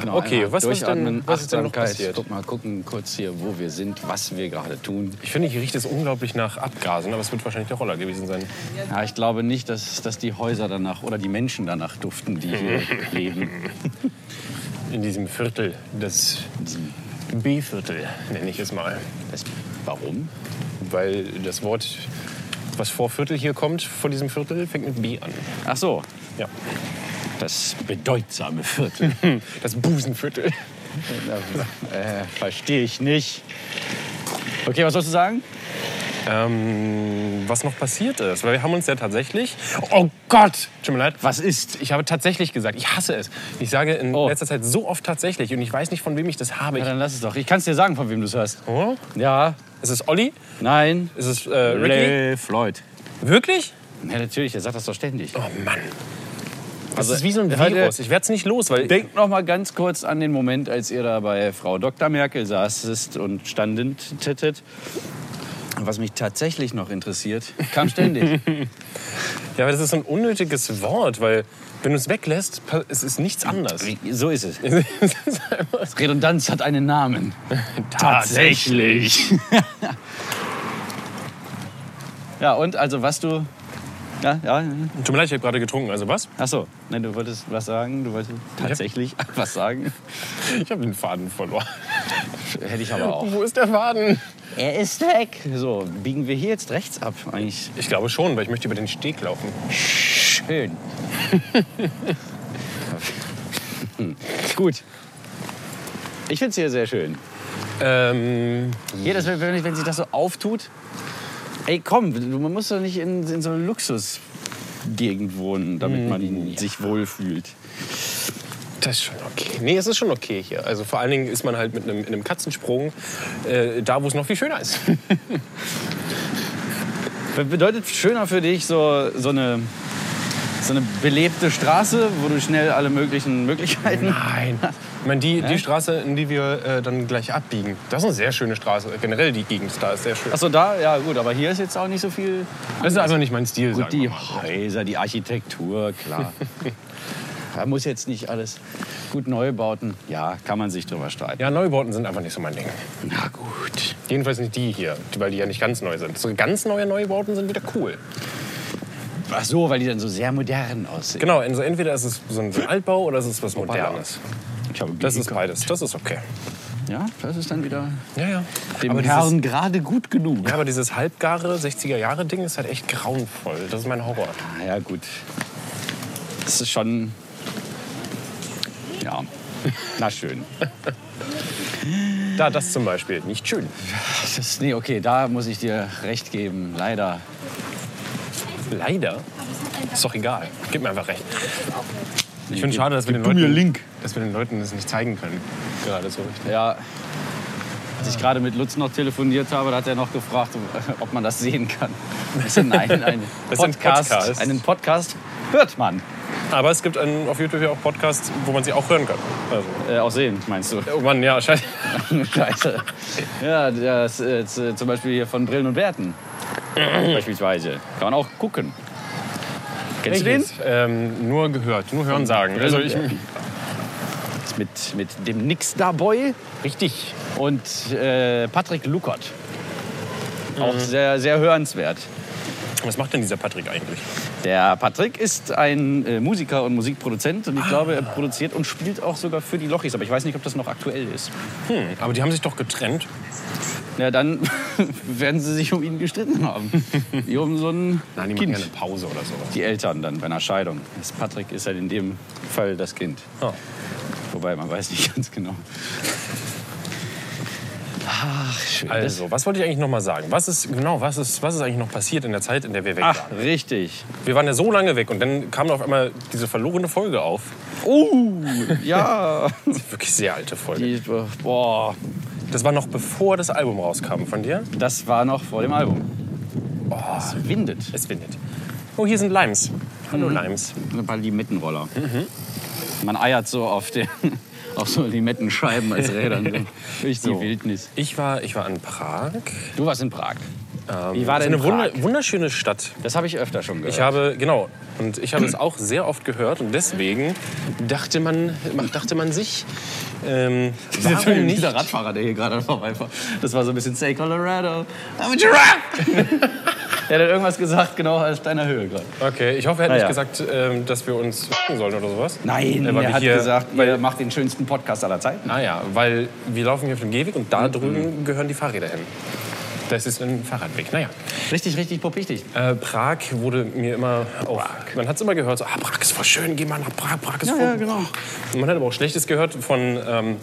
Genau, Okay, einmal was ist denn- durchatmen, was ist denn noch Achtsamkeit. passiert? Guck mal, gucken kurz hier, wo wir sind, was wir gerade tun. Ich finde, hier riecht es unglaublich nach Abgasen, aber es wird wahrscheinlich der Roller gewesen sein. Ja, ich glaube nicht, dass, dass die Häuser danach oder die Menschen danach duften, die hier (laughs) leben. In diesem Viertel, das B-Viertel nenne ich es mal. Das, warum? Weil das Wort, was vor Viertel hier kommt, vor diesem Viertel, fängt mit B an. Ach so, Ja. das (laughs) bedeutsame Viertel. Das Busenviertel. Äh, verstehe ich nicht. Okay, was sollst du sagen? Ähm, was noch passiert ist, weil wir haben uns ja tatsächlich. Oh Gott! Tut mir leid. Was ist? Ich habe tatsächlich gesagt, ich hasse es. Ich sage in Oh. letzter Zeit so oft tatsächlich und ich weiß nicht, von wem ich das habe. Ja, Ich, dann lass es doch. Ich kann es dir sagen, von wem du es hast. oh? Ja, Ist es Olli? nein. Ist es äh, Ricky? Floyd. Wirklich? Ja, natürlich, er sagt das doch ständig. Oh Mann. Das Also, ist wie so ein heute- Virus. Ich werde es nicht los, weil. Denkt noch mal ganz kurz an den Moment, als ihr da bei Frau Dr. Merkel saßest und standend tittet. Was mich tatsächlich noch interessiert, kam ständig. ja, aber das ist so ein unnötiges Wort, weil wenn du es weglässt, pa- es ist nichts anders. so ist (laughs) es. Es ist einfach- Redundanz hat einen Namen. (laughs) Tatsächlich. ja, und also was du Ja, ja. Tut mir leid, ich habe gerade getrunken. Also was? Ach so. Nein, du wolltest was sagen. Du wolltest tatsächlich (laughs) was sagen. Ich habe den Faden verloren. Hätte ich aber auch. Wo ist der Faden? Er ist weg. So, biegen wir hier jetzt rechts ab eigentlich. Ich glaube schon, weil ich möchte über den Steg laufen. Schön. (laughs) Gut. Ich finde es hier sehr schön. Ähm, Hier, das, wenn, ich- wenn sich das so auftut. Ey, komm, du- man muss doch nicht in, in so einer Luxusgegend wohnen, damit man sich wohlfühlt. das ist schon okay. Nee, es ist schon okay hier. Also vor allen Dingen ist man halt mit einem, in einem Katzensprung äh, da, wo es noch viel schöner ist. (laughs) Was bedeutet schöner für dich so, so, eine, so eine belebte Straße, wo du schnell alle möglichen Möglichkeiten Nein. Ich meine, die, die Straße, in die wir äh, dann gleich abbiegen, das ist eine sehr schöne Straße. Generell die Gegend da ist sehr schön. Achso, da, ja gut, aber hier ist jetzt auch nicht so viel. Das ist einfach nicht mein Stil, Gut, sagen die wir mal. Häuser, die Architektur, (laughs) klar. da muss jetzt nicht alles. Gut, Neubauten, ja, kann man sich drüber streiten. Ja, Neubauten sind einfach nicht so mein Ding. Na gut. Jedenfalls nicht die hier, die- weil die ja nicht ganz neu sind. So ganz neue Neubauten sind wieder cool. Ach so, weil die dann so sehr modern aussehen. Genau, also entweder ist es so ein Altbau oder es ist was Modernes. Ich habe Das ist beides, das ist okay. Ja, das ist dann wieder Ja, ja. dem Aber dieses, Herrn gerade gut genug. ja, aber dieses halbgare 60er-Jahre-Ding ist halt echt grauenvoll. Das ist mein Horror. Na Ah, ja, gut. Das ist schon. Ja. Na schön. Da, das zum Beispiel. Nicht schön. (laughs) Das ist, nee, okay, da muss ich dir recht geben. Leider. Leider. Ist doch egal. Gib mir einfach recht. Ich finde gib- es schade, dass wir, den gib du Leuten, mir Link. dass wir den Leuten das nicht zeigen können. Gerade so. Ja. Als ich gerade mit Lutz noch telefoniert habe, da hat er noch gefragt, ob man das sehen kann. Ich so, nein, (laughs) einen Das sind Podcast, Podcasts. einen Podcast hört man. Aber es gibt einen, auf YouTube ja auch Podcasts, wo man sie auch hören kann. Also. Äh, auch sehen, meinst du? Oh Mann, ja, scheiße. (laughs) Scheiße. Ja, das, äh, z- zum Beispiel hier von Brillen und (laughs) Werten. Beispielsweise. Kann man auch gucken. Kennst du den? Welches? Ähm, nur gehört, nur hören sagen. Also ich, Das äh, Mit, mit dem Nix da Boy richtig. und äh, Patrick Lukert. Auch sehr, sehr hörenswert. Was macht denn dieser Patrick eigentlich? Der Patrick ist ein äh, Musiker und Musikproduzent und ich glaube, er produziert und spielt auch sogar für die Lochis, aber ich weiß nicht, ob das noch aktuell ist. Hm, aber die haben sich doch getrennt. Na, dann (laughs) werden sie sich um ihn gestritten haben. Hier um so ein die machen Kind. ja eine Pause oder sowas. die Eltern dann bei einer Scheidung. Das Patrick ist halt in dem Fall das Kind. Oh. Wobei man weiß nicht (laughs) ganz genau. Ach, schön. Also, was wollte ich eigentlich noch mal sagen? Was ist genau, was ist, was ist eigentlich noch passiert in der Zeit, in der wir weg Ach, waren? Ah, richtig. Wir waren ja so lange weg und dann kam auf einmal diese verlorene Folge auf. Uh, ja. Wirklich sehr alte Folge. (laughs) Die, boah, Das war noch bevor das Album rauskam von dir. das war noch vor dem Album. Oh, Es windet. es windet. Oh, hier sind Limes. Hallo Mhm. Limes. Ein paar Limettenroller. Man eiert so auf, den, (laughs) auf so Limettenscheiben als (laughs) Rädern. so Durch die So. Wildnis. Ich war, ich war in Prag. Du warst in Prag. Ähm, Wie war das ist eine denn wunder- Prag? wunderschöne Stadt. Das habe ich öfter schon gehört. Ich habe, genau, und ich (clears throat) habe es auch sehr oft gehört und deswegen dachte man, dachte man sich, ähm, warum nicht? Dieser Radfahrer, der hier gerade vorbeifährt. Das war so ein bisschen Say Colorado. I'm a giraffe! (laughs) er hat irgendwas gesagt, genau aus deiner Höhe gerade. Okay, ich hoffe, er hat Naja. nicht gesagt, ähm, dass wir uns ficken sollen oder sowas. Nein, weil er wir hat hier- gesagt, ihr macht den schönsten Podcast aller Zeiten. Ah ja, weil wir laufen hier auf dem Gehweg und Mhm. da drüben gehören die Fahrräder hin. Das ist ein Fahrradweg. Naja, Richtig, richtig popichtig. äh, Prag wurde mir immer auch. Man hat es immer gehört, so, ah, Prag ist voll schön, geh mal nach Prag, Prag ist voll. genau. Und Man hat aber auch Schlechtes gehört von, ähm,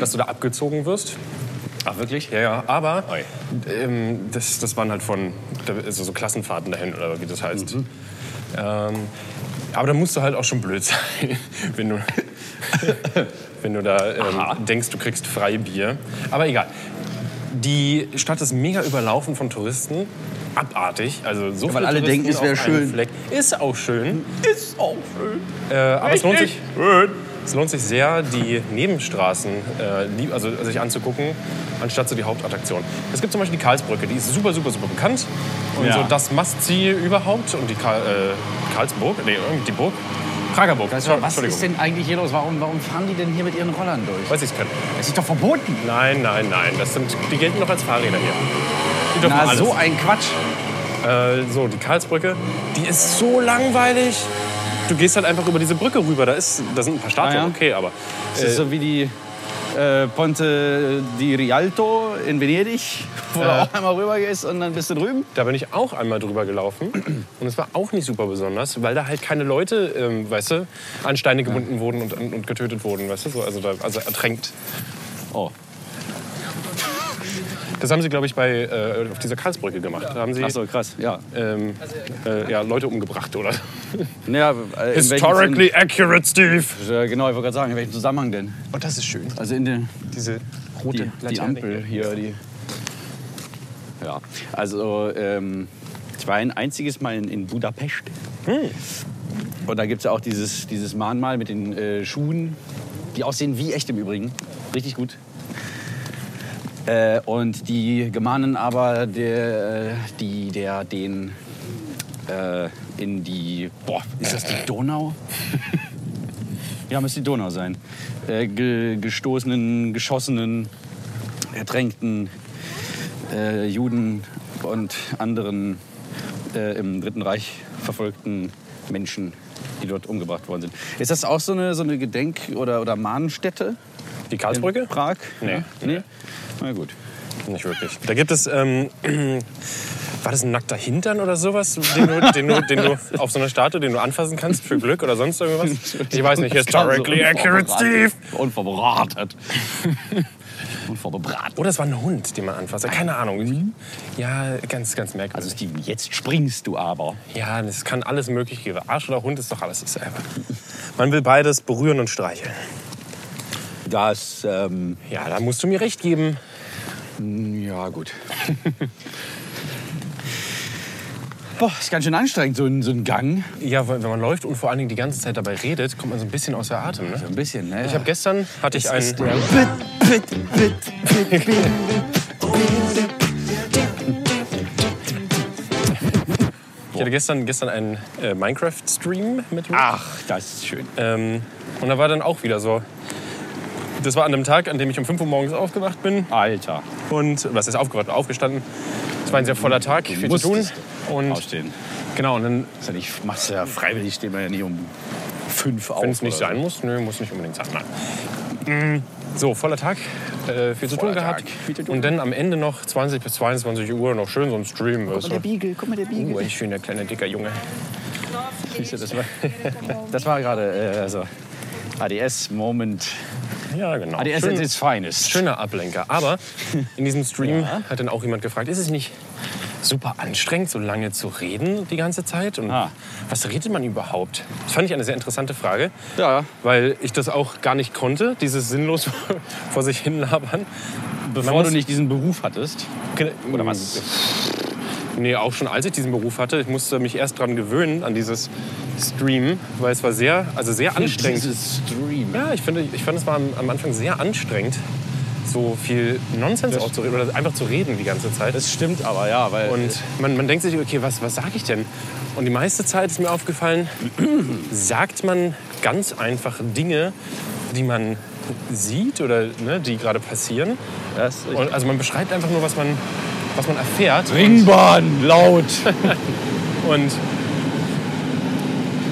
dass du da abgezogen wirst. Ach, wirklich? Ja, ja, aber Oi. ähm, das, das waren halt von also so Klassenfahrten dahin oder wie das heißt. Mhm. Ähm, aber da musst du halt auch schon blöd (laughs) sein, wenn (laughs) du, wenn du da ähm, denkst, du kriegst Freibier. Aber egal. Die Stadt ist mega überlaufen von Touristen. Abartig. Also so weil viele alle Touristen denken, es wär auf einem schön. Fleck. Ist auch schön. Ist auch schön. Äh, aber es lohnt sich. Richtig. Es lohnt sich sehr, die Nebenstraßen äh, lieb- also, sich anzugucken, anstatt so die Hauptattraktion. Es gibt zum Beispiel die Karlsbrücke, die ist super, super, super bekannt. Und Ja. so das Must-See überhaupt. Und die Karl, äh, Karlsburg, nee, irgendwie die Burg. Prager Burg, Entschuldigung. Was ist denn eigentlich hier los? Warum, warum fahren die denn hier mit ihren Rollern durch? Weiß ich es können. Das ist doch verboten. Nein, nein, nein. Das sind, die gelten noch als Fahrräder hier. Die dürfen Na, alles. so ein Quatsch. Äh, so, die Karlsbrücke, die ist so langweilig. Du gehst halt einfach über diese Brücke rüber. Da, ist, da sind ein paar Statuen, Ah, ja. okay, aber. Das ist so wie die äh, Ponte di Rialto in Venedig, wo du auch einmal rüber gehst und dann bist du drüben. Da bin ich auch einmal drüber gelaufen und es war auch nicht super besonders, weil da halt keine Leute, ähm, weißt du, an Steine gebunden wurden und, und, und getötet wurden, weißt du, so, also, da, also ertränkt. Oh. Das haben sie, glaube ich, bei, äh, auf dieser Karlsbrücke gemacht. Da haben sie Ach so, krass, ja. ähm, äh, ja, Leute umgebracht, oder? Naja, äh, in welchem Sinn- Historically accurate, Steve! Äh, Genau, ich wollte gerade sagen, in welchem Zusammenhang denn? Und das ist schön. Also in den, Diese die, rote die Laterne. Ampel hier, die. Ja, also ähm, ich war ein einziges Mal in, in Budapest. Hm. Und da gibt es ja auch dieses, dieses Mahnmal mit den äh, Schuhen, die aussehen wie echt im Übrigen. Richtig gut. Äh, und die gemahnen aber der, äh, die, der den äh, in die. Boah, ist das die Donau? (laughs) Ja, müsste die Donau sein. Äh, ge gestoßenen, geschossenen, ertränkten äh, Juden und anderen äh, im Dritten Reich verfolgten Menschen, die dort umgebracht worden sind. Ist das auch so eine, so eine Gedenk- oder, oder Mahnstätte? Die Karlsbrücke? In Prag? Nee. Ja? nee. Na gut. Nicht wirklich. Da gibt es, ähm, (clears throat) war das ein nackter Hintern oder sowas, den du, den, du, den du auf so einer Statue, den du anfassen kannst für Glück oder sonst irgendwas? Ich weiß nicht. Historically accurate, Steve! Also Unvorbereitet. Unvorbereitet. (laughs) Oder es war ein Hund, den man anfasst. Keine Ahnung. Ja, ganz, ganz merkwürdig. Also Steven, jetzt springst du aber. ja, das kann alles möglich geben. Arsch oder Hund ist doch alles dasselbe. Man will beides berühren und streicheln. Das, ähm, Ja, da musst du mir recht geben. Ja, (laughs) gut. Boah, ist ganz schön anstrengend, so ein, so ein Gang. Ja, wenn wenn man läuft und vor allen Dingen die ganze Zeit dabei redet, kommt man so ein bisschen außer Atem. Ne? Ein bisschen, ne? Ich habe gestern hatte ich einen. Ich hatte gestern, gestern einen äh, Minecraft-Stream mit Luke. Ach, das ist schön. Äh, Ähm, und da war dann auch wieder so. Das war an dem Tag, an dem ich um 5 Uhr morgens aufgewacht bin. Alter. Und was ist aufgewacht, aufgestanden. Es war ein sehr voller Tag, viel zu tun. musstest Und Ausstehen. genau, und dann, Ist ja nicht, machst du ja freiwillig, stehen wir ja nicht um fünf auf. wenn es nicht oder sein muss, nö, muss nicht unbedingt sein. Nein. Mm, So, voller Tag, äh, viel zu tun Voller gehabt. Tag, viel zu tun. Und dann am Ende noch 20 bis 22 Uhr noch schön so ein Stream. Guck mal, der Beagle, guck mal, der Beagle. Oh, ein schöner kleiner dicker Junge. Das war, das war (laughs) gerade äh, also ADS-Moment. Ja, genau. ADS Schön- at its finest. Schöner Ablenker. Aber in diesem (laughs) Stream hat dann auch jemand gefragt, ist es nicht super anstrengend, so lange zu reden die ganze Zeit? Und Ah. was redet man überhaupt? Das fand ich eine sehr interessante Frage. Ja. Weil ich das auch gar nicht konnte, dieses sinnlos (laughs) vor sich hin labern. Man Bevor muss- du nicht diesen Beruf hattest. Oder was? Nee, auch schon als ich diesen Beruf hatte, ich musste mich erst dran gewöhnen, an dieses Stream, weil es war sehr, also sehr anstrengend. Dieses Stream. Ja, ich, finde, ich fand es war am, am Anfang sehr anstrengend, so viel Nonsens auch zu reden oder einfach zu reden die ganze Zeit. Das stimmt aber, ja, weil. Und man, man denkt sich, okay, was, was sage ich denn? Und die meiste Zeit ist mir aufgefallen, (clears throat) sagt man ganz einfach Dinge, die man sieht oder ne, die gerade passieren. das Und, also man beschreibt einfach nur, was man, was man erfährt. Ringbahn, laut. Und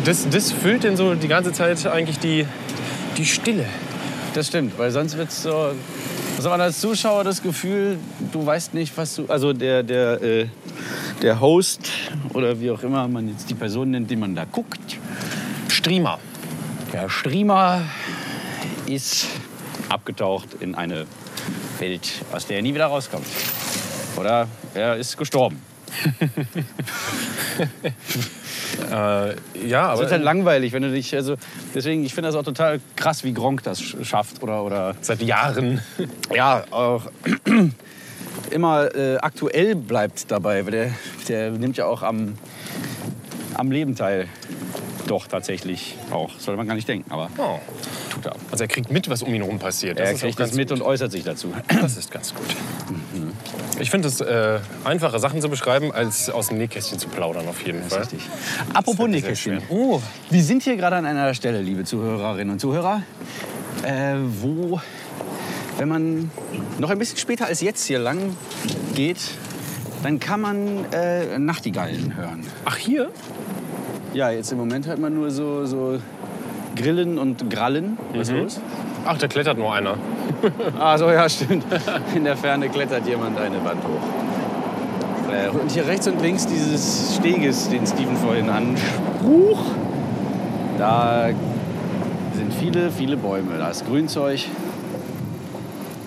das, das füllt dann so die ganze Zeit eigentlich die, die Stille. Das stimmt, weil sonst wird es so. Also man als Zuschauer das Gefühl, du weißt nicht, was du. Also der, der, äh, der Host oder wie auch immer man jetzt die Person nennt, die man da guckt. Streamer. Der Streamer ist abgetaucht in eine Welt, aus der er nie wieder rauskommt. Oder er ist gestorben. Äh, ja, Das aber wird halt langweilig, wenn du dich. Also deswegen, ich finde das auch total krass, wie Gronk das sch- schafft. Oder, oder seit Jahren. ja, auch (clears throat) immer äh, aktuell bleibt dabei, weil der, der nimmt ja auch am, am Leben teil. Doch, tatsächlich auch. Sollte man gar nicht denken, aber (laughs) Oh. tut er. Also er kriegt mit, was um ihn herum passiert. Er ist kriegt auch das ganz mit und äußert sich dazu. gut. Das ist ganz gut. Ich finde es äh, einfacher, Sachen zu beschreiben, als aus dem Nähkästchen zu plaudern, auf jeden Fall. Richtig. Apropos Das ist Nähkästchen. sehr schwer. Oh, wir sind hier gerade an einer Stelle, liebe Zuhörerinnen und Zuhörer, äh, wo, wenn man noch ein bisschen später als jetzt hier lang geht, dann kann man äh, Nachtigallen hören. Ach, hier? Ja, jetzt im Moment hört man nur so, so Grillen und Grallen. Was ist los? Ach, da klettert nur einer. Ah, so, ja, stimmt. In der Ferne klettert jemand eine Wand hoch. Äh, Und hier rechts und links dieses Steges, den Steven vorhin anspruch. Da sind viele, viele Bäume. Da ist Grünzeug.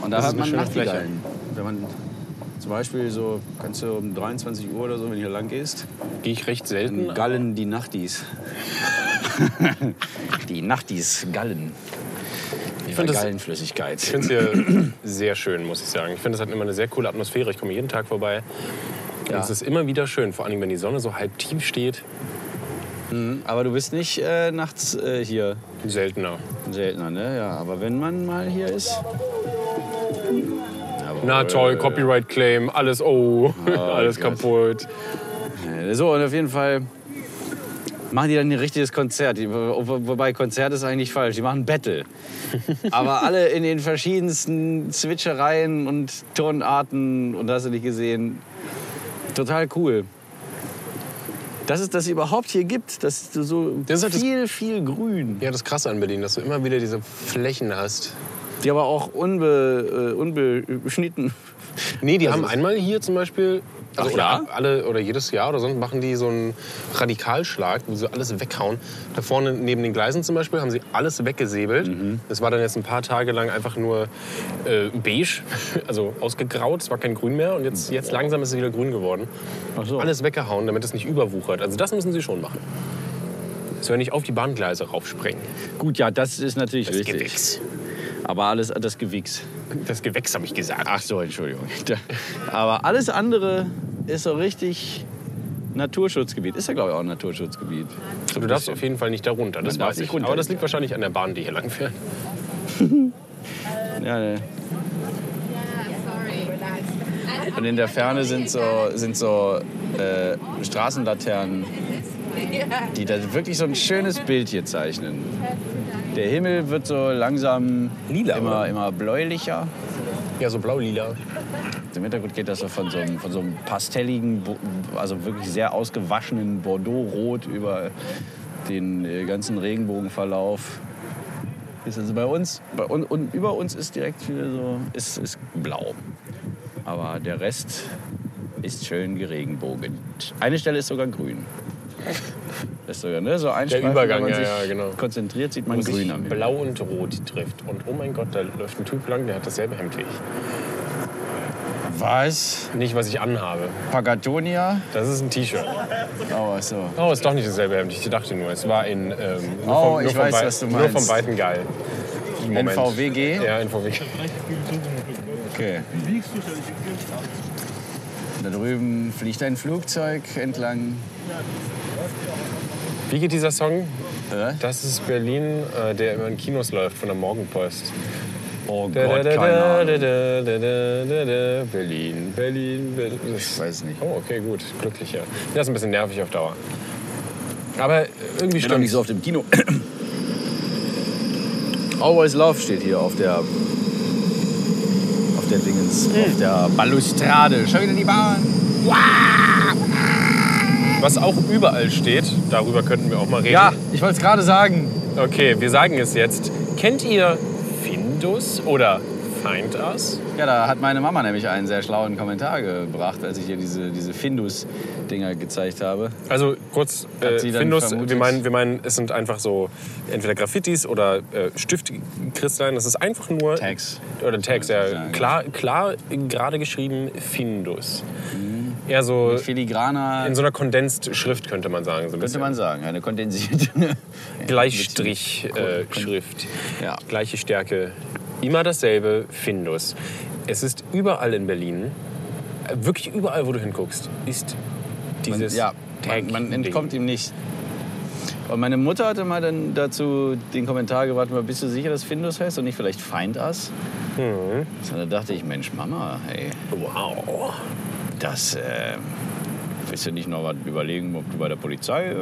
Und da Das hat ist man eine schöne Fläche. Nachtigallen. Wenn man zum Beispiel so, kannst du um 23 Uhr oder so, wenn du hier lang gehst, Gehe ich recht dann selten. gallen (laughs) die Nachtis. (laughs) die Nachtis gallen. Ich find das- Ich Gallenflüssigkeit. finde es (clears throat) hier sehr schön, muss ich sagen. Ich finde, es hat immer eine sehr coole Atmosphäre. Ich komme jeden Tag vorbei. Und es ist immer wieder schön, vor allem wenn die Sonne so halb tief steht. Aber du bist nicht äh, nachts äh, hier Seltener. Seltener, ne? Ja, aber wenn man mal hier ist. Na toll, Copyright Claim, alles oh, (laughs) alles Gott. kaputt. Äh, So, und auf jeden Fall machen die dann ein richtiges Konzert. Die- wo- wo- Wobei Konzert ist eigentlich falsch. Die machen (laughs) Battle. Aber alle in den verschiedensten Zwitschereien und Tonarten und hast du nicht gesehen. Total cool. Das ist, dass es überhaupt hier gibt, dass du so Das ist halt das- viel, viel Grün, Ja, das ist krass an Berlin, dass du immer wieder diese Flächen hast. die aber auch unbe, äh, unbeschnitten. Nee, die haben einmal hier zum Beispiel, also Also Ach oder ja? alle oder jedes Jahr oder sonst machen die so einen Radikalschlag, wo sie alles weghauen. Da vorne neben den Gleisen zum Beispiel haben sie alles weggesäbelt. Mhm. Das war dann jetzt ein paar Tage lang einfach nur äh, beige, (laughs) also ausgegraut. Es war kein Grün mehr und jetzt, jetzt langsam ist es wieder grün geworden. Ach Mhm. so. Alles weggehauen, damit es nicht überwuchert. Also das müssen sie schon machen. Sie werden nicht auf die Bahngleise raufspringen. Gut, ja, das ist natürlich Das richtig. Gewächs. Aber alles das Gewichs. Das Gewächs habe ich gesagt. Ach so, Entschuldigung. Da- (laughs) Aber alles andere ist so richtig Naturschutzgebiet. Ist ja, glaube ich, auch ein Naturschutzgebiet. Du darfst auf jeden Fall nicht da runter, das Man darf weiß ich. nicht runter. Aber das liegt wahrscheinlich an der Bahn, die hier lang fährt. Ja, ne. Und Und in der Ferne sind so, sind so äh, Straßenlaternen, die da wirklich so ein schönes Bild hier zeichnen. Der Himmel wird so langsam Lila, immer, immer bläulicher. Ja, so blau-lila. Im Hintergrund geht das so von so einem, von so einem pastelligen, bo- also wirklich sehr ausgewaschenen Bordeaux-Rot über den äh, ganzen Regenbogenverlauf. Ist also bei uns, bei, und, und über uns ist direkt wieder so, ist, ist blau. Aber der Rest ist schön geregenbogend. Eine Stelle ist sogar grün. Das ist sogar, ne? So ein Der Streifen, Übergang, wenn man ja, sich ja, genau. konzentriert, sieht man Und sich grün am Himmel. blau und rot trifft. Und oh mein Gott, da läuft ein Typ lang, der hat dasselbe Hemd wie ich. Was? Nicht, was ich anhabe. Pagatonia? Das ist ein T-Shirt. Oh, so. Oh, ist doch nicht dasselbe Hemd. Ich dachte nur, es war in. Ähm, nur Oh, vom, nur ich vom weiß, Wei- was du Nur vom meinst. Weiten geil. Im Moment. Äh, NVWG? Ja, NVWG. Okay. Da drüben fliegt ein Flugzeug entlang. Wie geht dieser Song? Äh? Das ist Berlin, äh, der immer in Kinos läuft, von der Morgenpost. Oh Gott, Da, da, da, keine da, Ahnung. da, da, da, da, da. Berlin, Berlin, Berlin. Ich weiß nicht. Oh, okay, gut. Glücklich, ja. Das ist ein bisschen nervig auf Dauer. Aber irgendwie Ich bin doch stimmt. nicht so auf dem Kino. Always Love steht hier auf der. auf der Dingens. auf der Balustrade. Schau wieder die Bahn. Was auch überall steht, darüber könnten wir auch mal reden. Ja, ich wollte es gerade sagen. Okay, wir sagen es jetzt. Kennt ihr Findus oder Find Us? Ja, da hat meine Mama nämlich einen sehr schlauen Kommentar gebracht, als ich ihr diese, diese Findus-Dinger gezeigt habe. Also kurz, äh, sie dann Findus, vermutet? wir meinen, wir meinen, es sind einfach so entweder Graffitis oder äh, Stiftkristallen. Das ist einfach nur... Tags. Oder Tags, Kann man ja. so sagen. Klar, klar äh, gerade geschrieben Findus. Mhm. Eher so Filigraner, in so einer Kondensschrift könnte man sagen. So ein könnte bisschen. man sagen. Eine kondensierte. Gleichstrich-Schrift. Äh, Schrift. Ja. Gleiche Stärke. Immer dasselbe, Findus. Es ist überall in Berlin, äh, wirklich überall, wo du hinguckst, ist Man, dieses ja, man, man entkommt ihm nicht. Und meine Mutter hatte mal dann dazu den Kommentar gewartet, mal, bist du sicher, dass Findus heißt und nicht vielleicht Feind Ass? Mhm. Und da dachte ich, Mensch, Mama, ey, Wow. das, äh, Willst du nicht noch was überlegen, ob du bei der Polizei (laughs) äh,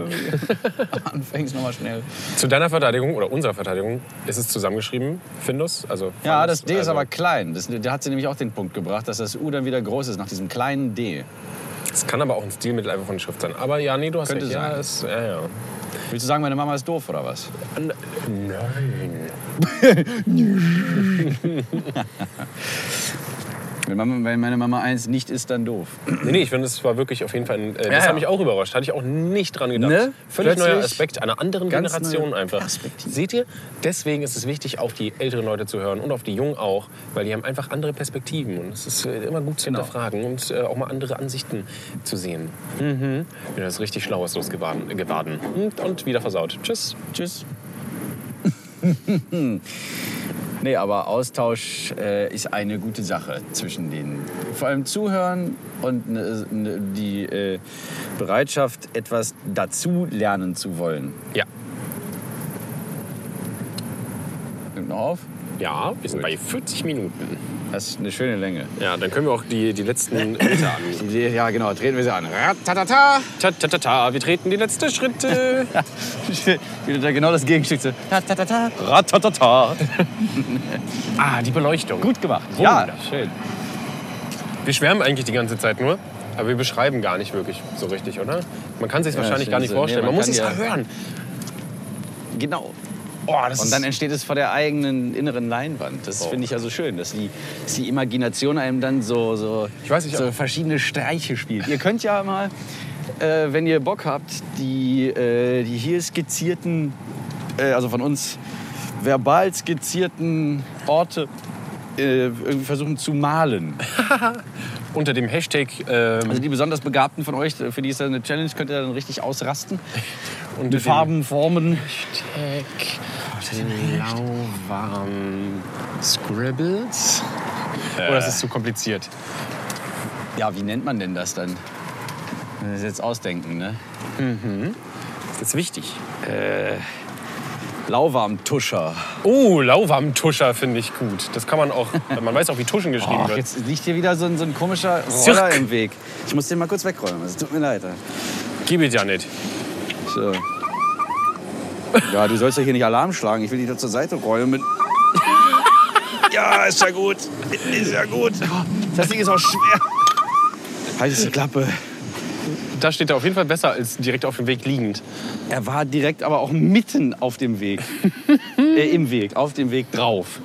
Anfängst nochmal schnell. Zu deiner Verteidigung oder unserer Verteidigung ist es zusammengeschrieben, Findus. Also Ja, Findus, das D ist also- aber klein. Das, da hat sie nämlich auch den Punkt gebracht, dass das U dann wieder groß ist nach diesem kleinen D. Es kann aber auch ein Stilmittel einfach von der Schrift sein. Aber ja, nee, du hast Könnte recht. Ja, sein. es, ja, ja. Willst du sagen, meine Mama ist doof oder was? N- Nein. Wenn, Mama, wenn meine Mama eins nicht ist, dann doof. Nee, nee, ich finde, es war wirklich auf jeden Fall ein. Äh, das ja. hat mich auch überrascht. Hatte ich auch nicht dran gedacht. Ne? Völlig neuer Plötzlich Aspekt einer anderen ganz Generation neue einfach. Perspektive. Seht ihr? Deswegen ist es wichtig, auf die älteren Leute zu hören und auf die Jungen auch, weil die haben einfach andere Perspektiven. Und es ist äh, immer gut Genau. zu hinterfragen und äh, auch mal andere Ansichten zu sehen. Mhm. Wieder das richtig Schlaues losgewaden. äh, gewaden. Und, und wieder versaut. Tschüss. Tschüss. (laughs) nee, aber Austausch äh, ist eine gute Sache zwischen denen. Vor allem zuhören und ne, ne, die äh, Bereitschaft, etwas dazu lernen zu wollen. Ja. Nimmt noch auf? Ja, wir sind bei 40 Minuten. Das ist eine schöne Länge. Ja, dann können wir auch die, die letzten (coughs) Meter an. Ja, genau, treten wir sie an. Ratatata. Tatatata. Wir treten die letzten Schritte. Wieder da (laughs) genau das Gegenstück zu. Ta, ta, ta, ta. Ratatata. (laughs) ah, die Beleuchtung. Gut gemacht. Wunderschön. schön. Wir schwärmen eigentlich die ganze Zeit nur, aber wir beschreiben gar nicht wirklich so richtig, oder? Man kann sich wahrscheinlich stimmt gar nicht so. Nee, vorstellen. man, man muss kann es ja- hören. Genau. Oh, das Und ist dann entsteht es vor der eigenen inneren Leinwand. Das finde ich ja so schön, dass die, dass die Imagination einem dann so, so, Ich weiß nicht, so ob- verschiedene Streiche spielt. Ihr könnt ja mal, äh, wenn ihr Bock habt, die, äh, die hier skizzierten, äh, also von uns verbal skizzierten Orte äh, irgendwie versuchen zu malen. unter dem Hashtag ähm, Also die besonders Begabten von euch, für die ist das eine Challenge, könnt ihr dann richtig ausrasten. unter Oh, Mit dem Farben, Formen. Hashtag lauwarm Scribbles. Oder es Oh, ist zu kompliziert. Ja, wie nennt man denn das dann? Wenn wir Das jetzt ausdenken, ne? Das ist wichtig. Lauwarmtuscher. Oh, lauwarm Tuscher finde ich gut. Das kann man auch. (laughs) Man weiß auch, wie Tuschen geschrieben Ach, wird. Oh, jetzt liegt hier wieder so ein, so ein komischer Zirk. Roller im Weg. Ich muss den mal kurz wegräumen. Es tut mir leid. Gib es ja nicht. So. Ja, du sollst doch hier nicht Alarm schlagen. Ich will dich doch zur Seite (laughs) räumen. Ja, ist ja gut. Ist ja gut. Das Ding ist auch schwer. Halt die Klappe. Da steht er auf jeden Fall besser als direkt auf dem Weg liegend. Er war direkt aber auch mitten auf dem (laughs) Weg. äh, Im Weg, auf dem Weg drauf.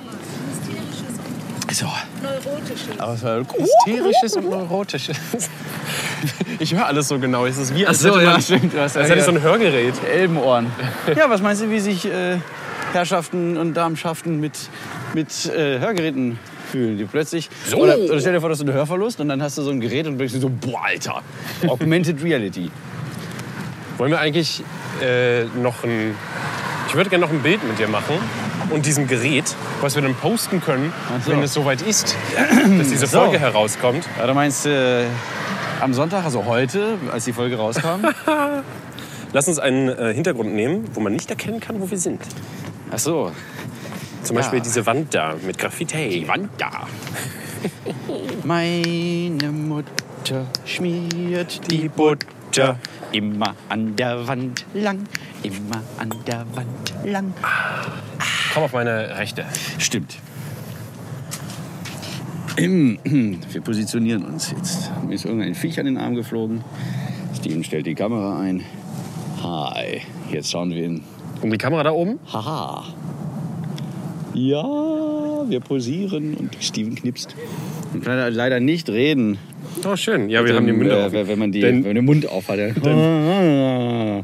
Hysterisches So. und Neurotisches. Aber es war Hysterisches (laughs) und neurotisches. Ich höre alles so genau. Es ist wie, als, so, hätte, man, ja, stimmt. Du hast als ja hätte ich so ein Hörgerät. Elbenohren. Ja, was meinst du, wie sich äh, Herrschaften und Damenschaften mit, mit äh, Hörgeräten fühlen? Die plötzlich. So. Oder, oder stell dir vor, du hast einen Hörverlust und dann hast du so ein Gerät und denkst dir so, boah, Alter, Augmented (laughs) Reality. Wollen wir eigentlich äh, noch ein. Ich würde gerne noch ein Bild mit dir machen und diesem Gerät, was wir dann posten können, Ach so. wenn es soweit (clears throat) ist, dass diese So. Folge herauskommt. Ja, du meinst äh, am Sonntag, also heute, als die Folge rauskam? Lass uns einen äh, Hintergrund nehmen, wo man nicht erkennen kann, wo wir sind. Ach so. Zum Beispiel diese Wand da mit Graffiti. Die Wand da. Meine Mutter schmiert die Butter. immer an der Wand lang, immer an der Wand lang. Komm auf meine Rechte. Stimmt. (clears throat) Wir positionieren uns jetzt. Mir ist irgendein Viech an den Arm geflogen. Steven stellt die Kamera ein. Hi, jetzt schauen wir ihn. Um die Kamera da oben? Haha. Ja, wir posieren und Steven knipst. Man kann leider- leider nicht reden. Oh, schön. Ja, wir haben die Wenn, Münder äh, offen. Wenn man, die, wenn Denn man den Mund auf hat. dann-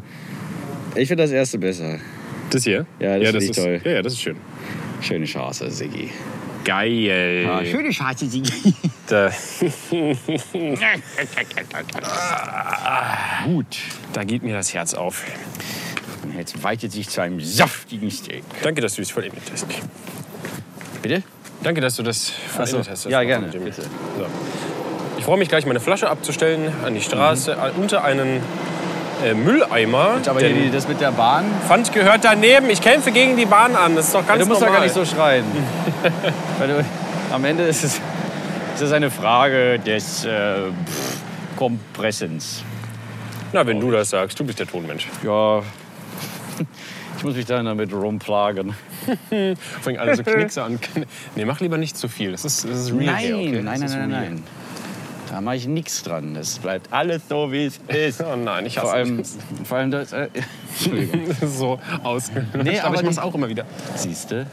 Ich finde das erste besser. das hier? Ja, das ja, finde ich ist toll. Ja, ja, das ist schön. Schöne Chance, Siggi. Geil. Ah, schöne Chance, (laughs) Siggi. Da, (laughs) Gut. da geht mir das Herz auf. Jetzt weitet sich zu einem saftigen Steak. Danke, dass du das vollendet hast. Bitte? Danke, dass du das Ach so. vollendet hast. das Ja, Wort gerne. mit dem- Bitte. So. Ich freue mich gleich, meine Flasche abzustellen an die Straße, an- unter einen äh, Mülleimer. Mhm. Aber denn hier, das mit der Bahn. Pfand gehört daneben. Ich kämpfe gegen die Bahn an. Das ist doch ganz du musst normal. da gar nicht so (laughs) schreien. Weil du, am Ende ist es, ist es eine Frage des äh, pff, Kompressens. Na, wenn du das sagst, du bist der Tonmensch. Ja, ich muss mich dann damit rumplagen. Vor allem alle so Knickse an. Nee, mach lieber nicht zu viel. Das ist, das ist real. Nein, hier, okay? nein, Das nein, ist nein, real. nein. Da mache ich nichts dran. Es bleibt alles so, wie (laughs) es ist. Oh nein, ich hasse Vor allem, dich. vor allem das. Äh, Entschuldigung. so ausgelöscht. Nee, aber aber ich mach's die- auch immer wieder. Siehste.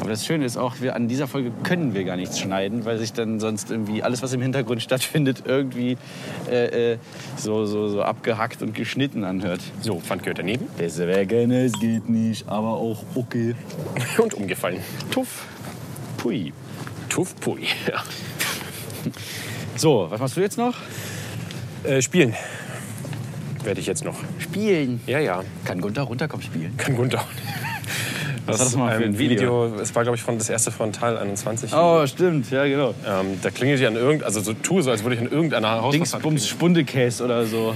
Aber das Schöne ist auch, wir, an dieser Folge können wir gar nichts schneiden, weil sich dann sonst irgendwie alles, was im Hintergrund stattfindet, irgendwie äh, äh, so, so, so abgehackt und geschnitten anhört. So, Pfand gehört daneben Deswegen, es geht nicht, aber auch okay. und umgefallen. Tuff. Pui. Tuff, pui. Ja. So, was machst du jetzt noch? Äh, spielen werde ich jetzt noch. Spielen. Ja, ja. Kann Gunther runterkommen spielen? Kein Grund auch. war das mal für ein Video? Es war, glaube ich, von das erste von Teil 21. Oh, stimmt, ja genau. Ähm, da klingelt ich an irgendeiner, also so tue so, als würde ich an irgendeiner Hausfassade Dingsbums Spundekäse oder so.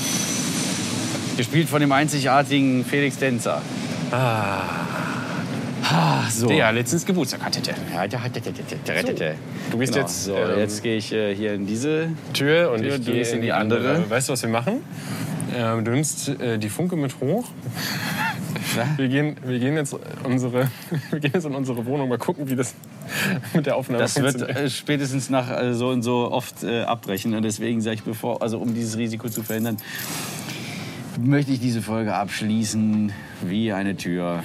(laughs) Gespielt von dem einzigartigen Felix Denzer. Ah. so. klingeln. Der letztens Geburtstag hatte. Ja, ja, ja, ja, ja, ja, ja, ja. Du gehst Genau, jetzt, So, ähm, jetzt gehe ich äh, hier in diese. Tür und Tür, ich du gehe gehst in die andere. Weißt du, was wir machen? Ähm, du nimmst äh, die Funke mit hoch. Wir gehen, wir, gehen jetzt unsere, (laughs) wir gehen jetzt in unsere Wohnung, mal gucken, wie das mit der Aufnahme Das wird funktioniert. äh, spätestens nach äh, so und so oft äh, abbrechen. Und deswegen sage ich, bevor, also um dieses Risiko zu verhindern, möchte ich diese Folge abschließen wie eine (laughs) Tür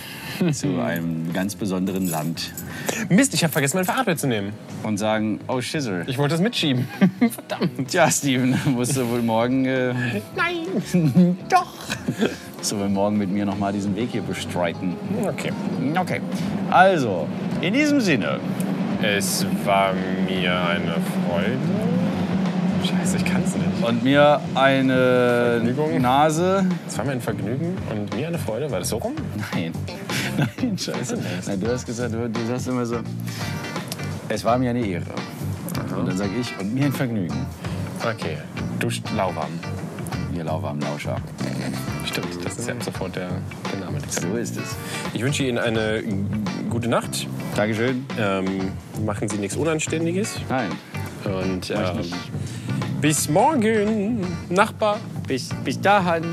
zu einem ganz besonderen Land Mist, ich habe vergessen, meinen Fahrrad mitzunehmen. und sagen, oh Schissel. Ich wollte das mitschieben. Tja, Steven, (laughs) musst du wohl morgen. Äh, Nein! (laughs) Doch! So, wohl morgen mit mir nochmal diesen Weg hier bestreiten. Okay. Okay. Also, in diesem Sinne. Es war mir eine Freude. Scheiße, ich kann's nicht. Und mir eine Vergnügung. Nase. Es war mir ein Vergnügen und mir eine Freude. War das so rum? Nein. Nein, scheiße. Nein, du hast gesagt, du, du sagst immer so, es war mir eine Ehre. Und dann sage ich, und mir ein Vergnügen. Okay. Du st- lauwarm. Ihr lauwarmen Lauscher. Stimmt, das ist ja ab sofort der, der Name. So ist es. Ich wünsche Ihnen eine g- gute Nacht. Dankeschön. Ähm, machen Sie nichts Unanständiges. Nein. Und ähm, bis morgen, Nachbar. Bis, bis dahin.